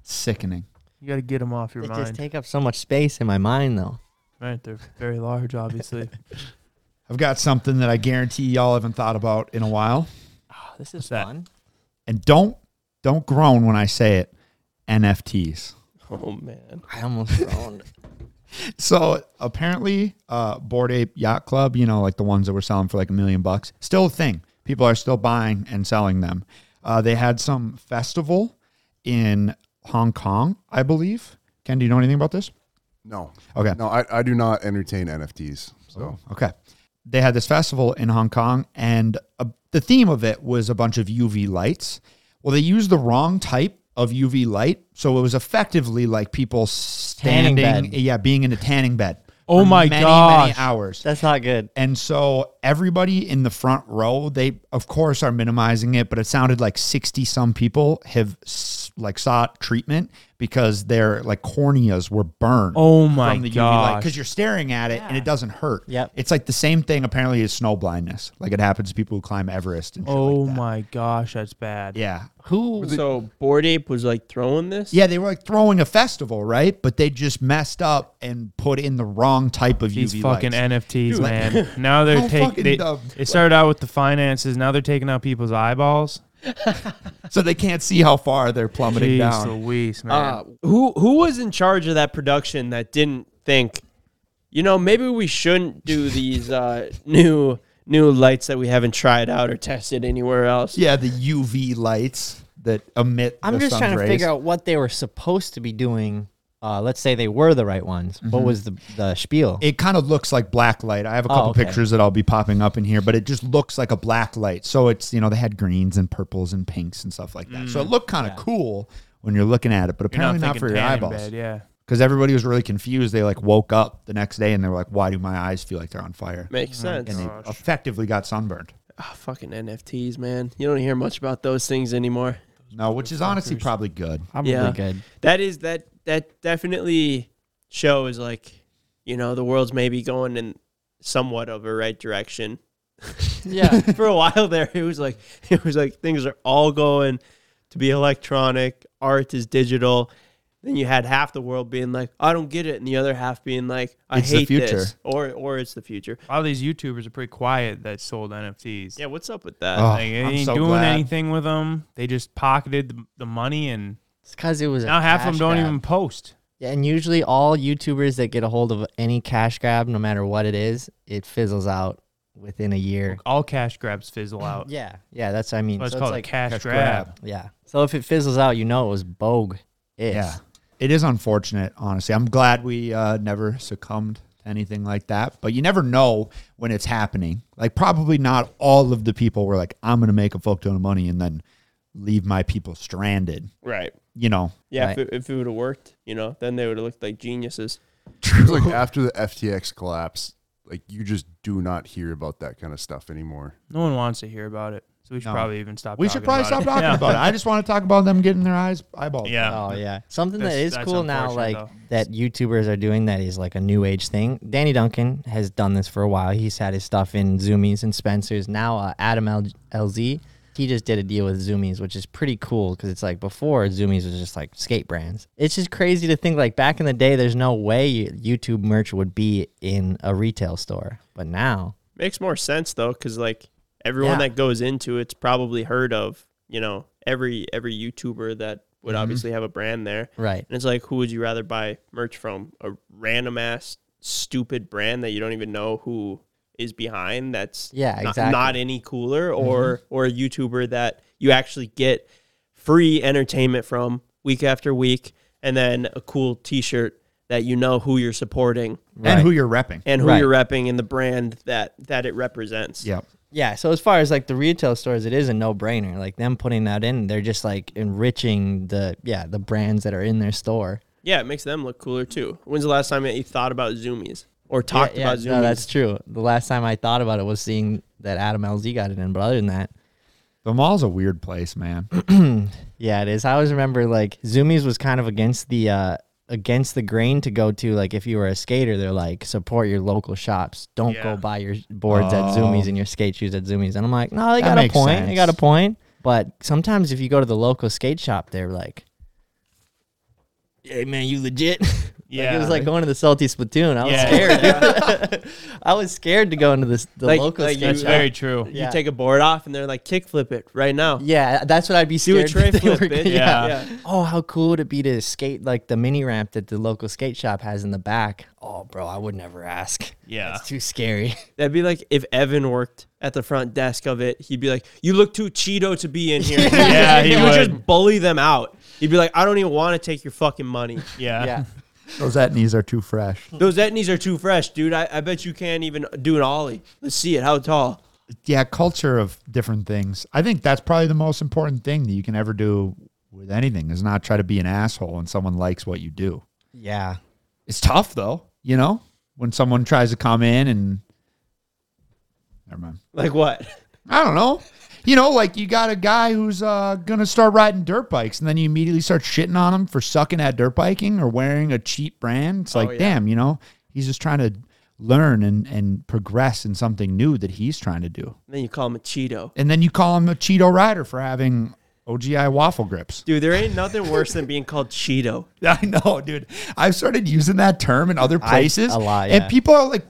Sickening. You got to get them off your They just mind. take up so much space in my mind, though. right, they're very large, obviously. I've got something that I guarantee y'all haven't thought about in a while, Oh, this What's is that? fun. and don't don't groan when I say it. NFTs. Oh man. I almost groaned. So apparently, uh, Board Ape Yacht Club, you know, like the ones that were selling for like a million bucks, still a thing. People are still buying and selling them. Uh, they had some festival in Hong Kong, I believe. Ken, do you know anything about this? No. Okay. No, I, I do not entertain NFTs. So Okay. They had this festival in Hong Kong, and uh the theme of it was a bunch of UV lights. Well, they used the wrong type of UV light, so it was effectively like people standing, bed. yeah, being in a tanning bed. Oh for my many, gosh. Many hours. That's not good. And so everybody in the front row, they of course are minimizing it, but it sounded like 60 some people have s- like sought treatment because their like corneas were burned. Oh my gosh. Because you're staring at it and it doesn't hurt. Yep. It's like the same thing apparently as snow blindness. Like it happens to people who climb Everest and shit oh like that. my gosh, that's bad. Yeah. Who? So Bored Ape was like throwing this? Yeah, they were like throwing a festival, right? But they just messed up and put in the wrong type of These UV fucking lights. NFTs, man. Now they're How fucking taking. They, dumb. they started out with the finances. Now they're taking out people's eyeballs. so they can't see how far they're plummeting Jeez down. Louise, man. Uh, who who was in charge of that production that didn't think, you know, maybe we shouldn't do these uh, new new lights that we haven't tried out or tested anywhere else? Yeah, the UV lights that emit. I'm the just sun's trying to rays. figure out what they were supposed to be doing. Uh, let's say they were the right ones. Mm-hmm. What was the the spiel? It kind of looks like black light. I have a Oh, couple okay. pictures that I'll be popping up in here, but it just looks like a black light. So it's you know they had greens and purples and pinks and stuff like that. So it looked kind of cool when you're looking at it, but You're apparently not, thinking for your tanning eyeballs Bed, yeah. because everybody was really confused. They like woke up the next day and they were like, "Why do my eyes feel like they're on fire?" Makes sense. and they effectively got sunburned. Ah, fucking NFTs, man. You don't hear much about those things anymore. No, which is honestly probably good. Probably yeah. good. That is that that definitely shows like, you know, the world's maybe going in somewhat of a right direction. Yeah. for a while there it was like it was like things are all going to be electronic art is digital then you had half the world being like i don't get it and the other half being like i It's the hate future. this or or it's the future A lot of these YouTubers are pretty quiet that sold NFTs. yeah what's up with that Oh, Like, they I'm ain't so doing glad. anything with them. They just pocketed the, the money, and It's because it was a now half of cash them don't grab. even post. Yeah, and usually all YouTubers that get a hold of any cash grab, no matter what it is, it fizzles out within a year. All cash grabs fizzle out. Yeah, yeah, that's what I mean. Let's So call it like, cash, cash grab. grab. yeah. So if it fizzles out, you know it was bogue. Yeah. It is unfortunate, honestly. I'm glad we uh, never succumbed to anything like that, but you never know when it's happening. Like, probably not all of the people were like, I'm going to make a fuck ton of money and then leave my people stranded, Right. you know? Yeah. Right. If it, if it would have worked, you know, then they would have looked like geniuses. Oh. It's like after the FTX collapse, like you just do not hear about that kind of stuff anymore. No one wants to hear about it, so we should No. probably even stop. We should probably stop about talking about it. I just want to talk about them getting their eyes eyeballed. it. Yeah. Oh yeah, something that That's- is that's cool now, like unfortunate, that YouTubers are doing that is like a new age thing. Danny Duncan has done this for a while. He's had his stuff in Zoomies and Spencers. Now uh, Adam L- LZ, he just did a deal with Zoomies, which is pretty cool because it's like before Zoomies was just like skate brands. It's just crazy to think like back in the day, there's no way YouTube merch would be in a retail store, but now Makes more sense though, because like everyone Yeah. that goes into it's probably heard of. You know, every every YouTuber that Mm-hmm. would obviously have a brand there. right. And it's like, who would you rather buy merch from? A random ass stupid brand that you don't even know who is behind. That's Yeah, not, exactly. Mm-hmm. not any cooler, or or a YouTuber that you actually get free entertainment from week after week, and then a cool T-shirt that you know who you're supporting And who you're repping. and who Right. you're repping and the brand that that it represents. Yep. Yeah, so as far as like the retail stores, it is a no brainer. Like them putting that in, they're just like enriching the yeah, the brands that are in their store. Yeah, it makes them look cooler too. When's the last time that you thought about Zoomies or talked yeah, about Zoomies? yeah, No, that's true. The last time I thought about it was seeing that Adam LZ got it in, but other than that, The mall's a weird place, man. yeah, it is. I always remember like Zoomies was kind of against the uh against the grain to go to like if you were a skater they're like support your local shops don't Yeah. go buy your boards at zoomies and your skate shoes at zoomies and i'm like no they That got a makes point they sense. got a point but sometimes if you go to the local skate shop they're like hey man you legit yeah it Yeah. was like going to the salty splatoon i was Yeah. scared dude. i was scared to go into this the Like- local like you- skate That's shop very true. You Yeah. take a board off and they're like, kick flip it right now. Yeah, that's what I'd be Do a scared. tray that they flip, were- bitch. Yeah. Oh, how cool would it be to skate like the mini ramp that the local skate shop has in the back? Oh, bro, I would never ask. Yeah. It's too scary. That'd be like if Evan worked at the front desk of it, he'd be like, You look too Cheeto to be in here. Yeah, he he would would. just bully them out. He'd be like, I don't even want to take your fucking money. Yeah. Yeah. Those etnies are too fresh. Those etnies are too fresh, dude. I, I bet you can't even do an Ollie. Let's see it. How tall? yeah, culture of different things. I think that's probably the most important thing that you can ever do with anything is not try to be an asshole when someone likes what you do. Yeah. It's tough though, you know, when someone tries to come in and never mind. Like what? I don't know. You know, like you got a guy who's uh, gonna start riding dirt bikes, and then you immediately start shitting on him for sucking at dirt biking or wearing a cheap brand. It's like, damn, you know, he's just trying to learn and and progress in something new that he's trying to do. then you call him a Cheeto. and then you call him a Cheeto Rider for having OGI waffle grips. Dude, there ain't nothing worse than being called Cheeto. I know, dude. I've started using that term in other places a lot, and yeah. people are like,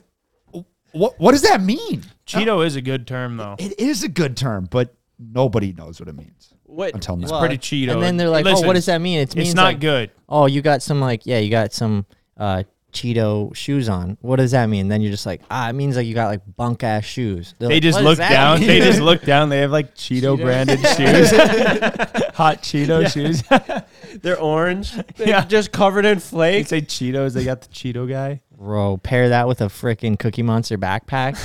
"What? What does that mean?" Uh, Cheeto is a good term though. It is a good term, but nobody knows what it means What? until now. Pretty Cheeto. And then they're like, Listen, oh, what does that mean? It means It's not like, good. Oh, you got some like yeah, you got some uh Cheeto shoes on. What does that mean? Then you're just like, ah, it means like you got like bunk ass shoes. They're They like, just "What does look that down. mean?" They just look down. They have like Cheeto branded shoes, hot Cheeto shoes. They're orange. They're Yeah. just covered in They flakes. say Cheetos. They got the Cheeto guy. Bro, pair that with a freaking Cookie Monster backpack.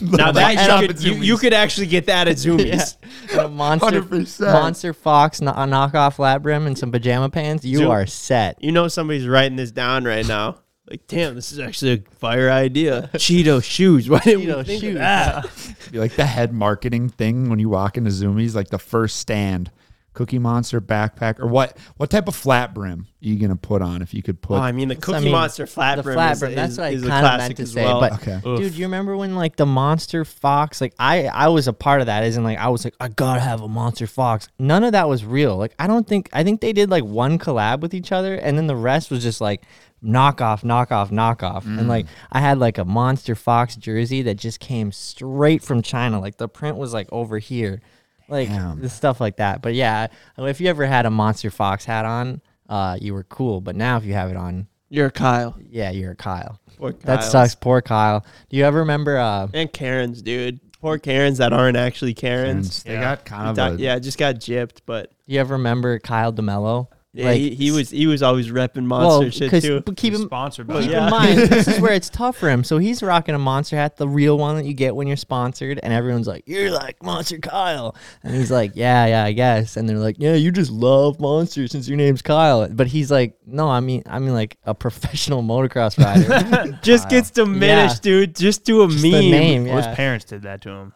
Now that Shop at you could, you, Zoomies. you could actually get that at Zoomies. and a monster, 100%. monster fox kno- a knockoff lab rim and some pajama pants, you Dude. are set. You know somebody's writing this down right now. Like, damn, this is actually a fire idea. Cheeto shoes. Why didn't we think of that? Be like the head marketing thing when you walk into Zoomies, like the first stand. Cookie Monster backpack, or what? What type of flat brim are you gonna put on if you could put? Oh, I mean, the Cookie I mean, Monster flat the brim. flat is, brim, that's is- what I is a kind of meant classic to as say. well. But Okay. dude, you remember when like the monster fox? Like I, I was a part of that. Isn't like I was like I gotta have a monster fox. None of that was real. Like I don't think I think they did like one collab with each other, and then the rest was just like knockoff, knockoff, knockoff. And like I had like a monster fox jersey that just came straight from China. Like the print was like over here, like the stuff like that. But yeah, if you ever had a monster fox hat on. uh, you were cool. But now if you have it on, You're Kyle. yeah, you're a Kyle. Poor That Kyles. sucks. Poor Kyle. Do you ever remember? Uh, And Karens, dude. Poor Karens that aren't actually Karens. They got kind of Di- a yeah, just got gypped, but do you ever remember Kyle DeMello? yeah, he, he was he was always repping monster well, shit 'cause- too. but keep him sponsored by Keep yeah. in mind, this is where it's tough for him. So he's rocking a monster hat, the real one that you get when you're sponsored, and everyone's like, "You're like Monster Kyle," and he's like, "Yeah, yeah, I guess." And they're like, "Yeah, you just love monsters since your name's Kyle." But he's like, "No, I mean, I mean like a professional motocross rider." just gets diminished, dude. Just do a Just the meme. name, Well, yeah. his parents did that to him.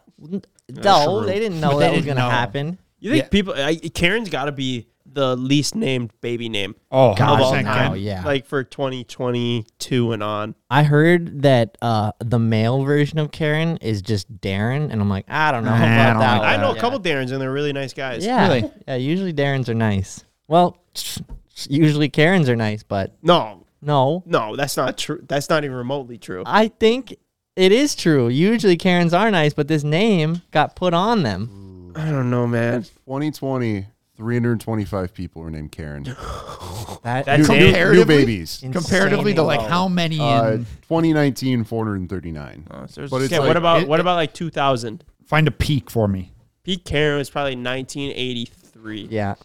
no, they didn't know They that was didn't gonna know. happen. You think people? I, Karen's got to be the least named baby name oh of all 100% time. no, yeah. like for 2022 and on. I heard that uh, the male version of Karen is just Darren, and I'm like, I don't know Nah, I about don't that. like one. I know Yeah. a couple Darrens and they're really nice guys. Yeah. Yeah, usually Darren's are nice. Well, usually Karen's are nice, but No, no. no, that's not true. That's not even remotely true. I think it is true. Usually Karen's are nice, but this name got put on them. I don't know, man. 2020, 325 people were named Karen. That That's new, it. new babies. Insanely comparatively to like low. how many Uh, in, 2019, 439. Oh, But it's okay, like- what about it- what What about about like 2000? find a peak for me. Pete Karen was probably 1983. Yeah.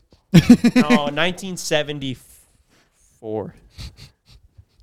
No, 1974.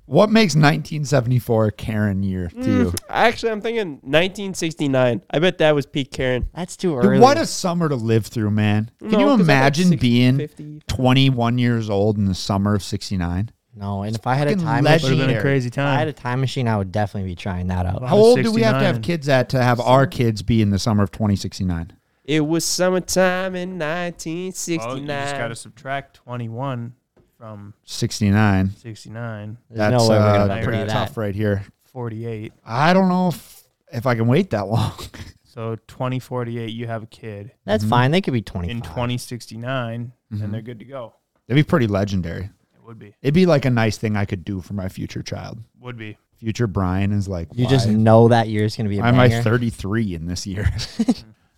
What makes 1974 a Karen year Mm. to you? Actually, I'm thinking 1969. I bet that was Pete Karen. That's too Dude, early. what a summer to live through, man. Can No, you 'cause I'm like imagine 60, being 50. 21 years old in the summer of 69? No, and if I had a fucking time legend. machine, would have been a Legendary. crazy if I had time? a time machine, I would definitely be trying that out. How old do we have to 69. have kids at to have our kids be in the summer of 2069? It was summertime in Well, Oh, you 1969. just got to subtract 21 from 69. 69, There's That's no way we're uh, gonna do pretty that. tough right here. 48. I don't know if, if I can wait that long. So 2048, you have a kid. That's Mm-hmm. fine. They could be 25. In 2069, then they're good to go. It'd be pretty legendary. It would be. It'd be like a nice thing I could do for my future child. Would be. Future Brian is like, you why, just know that year's going to be a why am I banger. 33 in this year?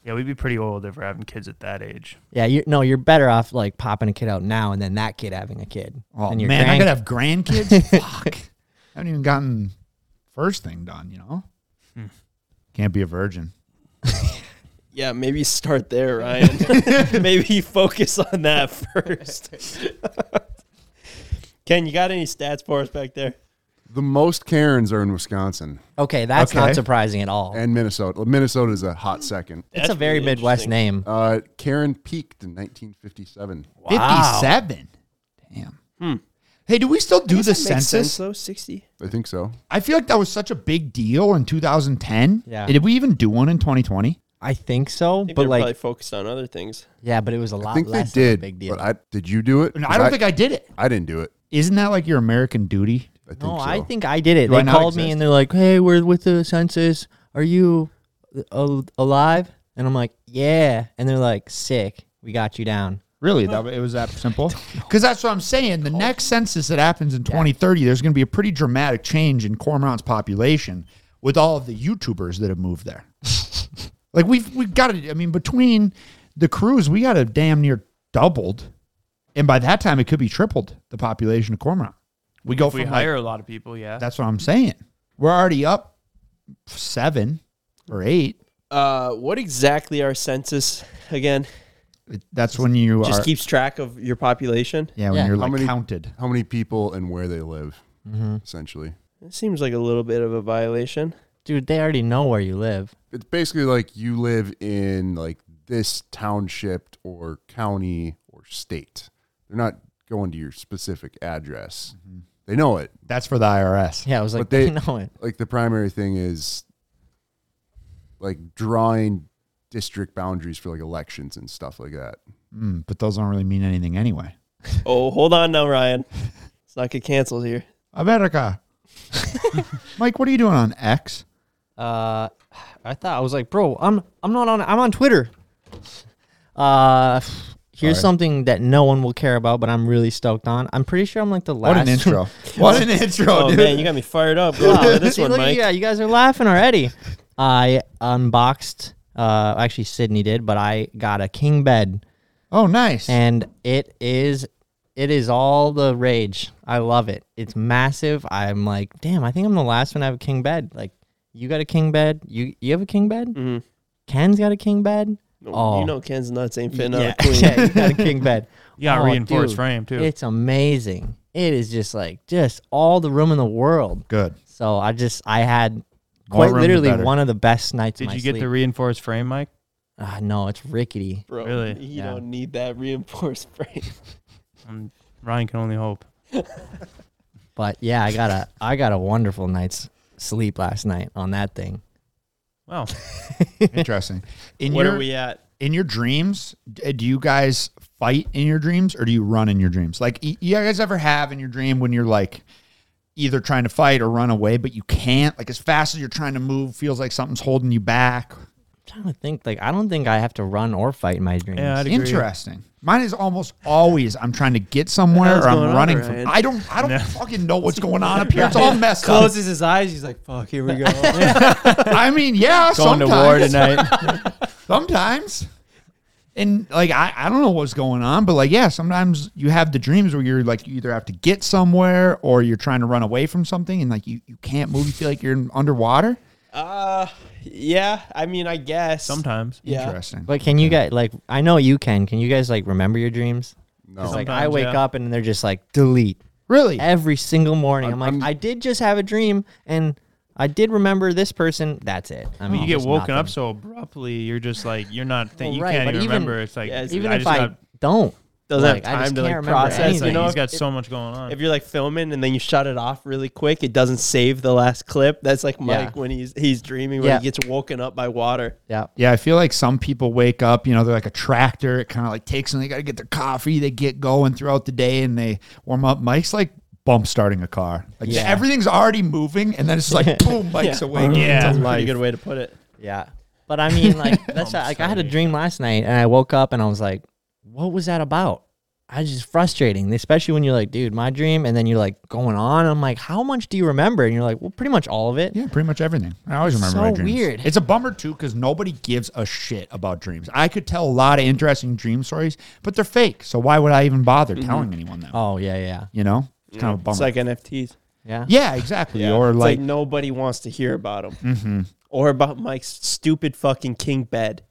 Yeah, we'd be pretty old if we're having kids at that age. yeah, you no, you're better off like popping a kid out now and then that kid having a kid. Oh and your man, I grand- gotta have grandkids. Fuck, I haven't even gotten first thing done. You know, can't be a virgin. Yeah, maybe start there, Ryan. maybe focus on that first. Ken, you got any stats for us back there? The most Karens are in Wisconsin Okay, that's Okay. not surprising at all. and Minnesota. Minnesota is a hot second. it's a very really Midwest interesting. name. Uh, Karen peaked in 1957. Fifty-seven. Damn. Hey, do we still do the census? though, 60. I think so. I feel like that was such a big deal in 2010. Yeah. Did we even do one in 2020? I think so, I think but they're like, probably focused on other things. yeah, but it was a I lot think they less of did. a big deal. But I, did you do it? No, 'Cause I don't think I did it. I didn't do it. Isn't that like your American duty? I think no, so. I think I did it. Do I they not called me exist? and they're like, "Hey, we're with the census. Are you al- alive?" And I'm like, "Yeah." And they're like, "Sick. We got you down." Really? That it was that simple? Because that's what I'm saying. Oh. The next census that happens in 2030, there's going to be a pretty dramatic change in Cormorant's population with all of the YouTubers that have moved there. like we've we've got to. I mean, between the crews, we got to damn near doubled, and by that time, it could be tripled the population of Cormorant. We go If from we like- hire a lot of people, yeah. that's what I'm saying. We're already up seven or eight. Uh, what exactly are census again? It- That's when you Just are. keeps track of your population. yeah, when Yeah. you're How like many- counted. how many people and where they live, Mm-hmm. essentially. It seems like a little bit of a violation. Dude, they already know where you live. It's basically like you live in like this township or county or state. They're not going to your specific address. Mm-hmm. They know it. That's for the IRS. Yeah, I was But like, they- they know it. Like the primary thing is like drawing district boundaries for like elections and stuff like that. Mm, but those don't really mean anything anyway. Oh, hold on now, Ryan. Let's not get canceled here. America. Mike, what are you doing on X? Uh, I thought I was like, bro, I'm I'm not on. I'm on Twitter. Uh, here's something that no one will care about, but I'm really stoked on. I'm pretty sure I'm like the last. What an intro. what an intro, Oh, dude. man, you got me fired up. Go on with Oh, this See, one, look at Mike. you guys- you guys are laughing already. I unboxed. Uh, actually, Sydney did, but I got a king bed, Oh, nice. and it is It is all the rage. I love it. It's massive. I'm like, damn. I think I'm the last one to have a king bed. Like, you got a king bed. You you have a king bed. Mhm. Ken's got a king bed. Oh. You know Ken's nuts ain't fitting yeah, on a queen. yeah, you got a king bed. You got Oh, reinforced dude, frame too. It's amazing. It is just like just all the room in the world. Good. So I just I had More quite room, the literally better. one of the best nights. of Did my you get the sleep. reinforced frame, Mike? Ah, no, it's rickety. Bro, Really? you Yeah. don't need that reinforced frame. Um, Ryan can only hope. But yeah, I got a I got a wonderful night's sleep last night on that thing. Wow. Interesting. In what your are we at? in your dreams, d- do you guys fight in your dreams or do you run in your dreams? Like y- you guys ever have in your dream when you're like either trying to fight or run away but you can't? Like as fast as you're trying to move, feels like something's holding you back. I'm trying to think like I don't think I have to run or fight in my dreams. Yeah, I'd agree. Interesting. Mine is almost always I'm trying to get somewhere hell's or going I'm on, running from. Ryan? I don't I don't fucking know what's going on up here. It's all messed up. Closes his eyes. He's like, "Fuck, here we go." I mean, yeah, Going sometimes. to war tonight. sometimes. And like I, I don't know what's going on, but like yeah, sometimes you have the dreams where you're like you either have to get somewhere or you're trying to run away from something and like you, you can't move, you feel like you're in- underwater. uh, yeah. I mean, I guess Sometimes. Yeah. Interesting. But can you guys like I know you can. Can you guys like remember your dreams? No, 'Cause, like I Sometimes, wake yeah. up and they're just like delete Really? every single morning. I'm, I'm- like I'm- I did just have a dream and I did remember this person. That's it. I mean, you get just woken up nothing. so abruptly, you're just like you're not. Think, Well, you right, can't but even, even- remember. It's like yeah, it's- Even I if just I got- don't, doesn't Like, I have time just to can't like remember process. anything. You know, he's if- got so much going on. if you're like filming and then you shut it off really quick, it doesn't save the last clip. That's like Mike when he's he's dreaming when Yeah. he gets woken up by water. yeah. Yeah, I feel like some people wake up, you know, they're like a tractor. It kind of like takes them. They got to get their coffee. They get going throughout the day and they warm up. Mike's like bump starting a car. Like Yeah. everything's already moving, and then it's just like boom, Mike's awake. That's yeah, a pretty good way to put it. Yeah. But I mean, like that's like I had a dream last night, and I woke up and I was like, "What was that about?" I was just frustrating, especially when you're like, "Dude, my dream," and then you're like going on. I'm like, "How much do you remember?" And you're like, "Well, pretty much all of it." Yeah, pretty much everything. I always remember so my dreams. weird. It's a bummer too because nobody gives a shit about dreams. I could tell a lot of interesting dream stories, but they're fake. So why would I even bother telling anyone them? Oh yeah, yeah, You know, it's kind of a bummer. It's like NFTs. yeah. yeah, exactly. Or It's like, mm-hmm. like, nobody wants to hear about him or about Mike's stupid fucking king bed.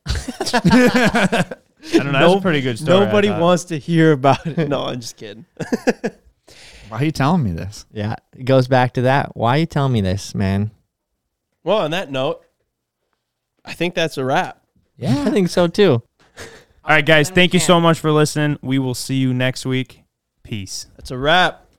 I don't know. That's a pretty good story. I Nobody thought. wants to hear about it. No, I'm just kidding. why are you telling me this? Yeah, it goes back to that. Why you telling me this, man? Well, on that note, I think that's a wrap. Yeah, I think so too. All right, guys. Thank you so much for listening. We will see you next week. Peace. That's a wrap.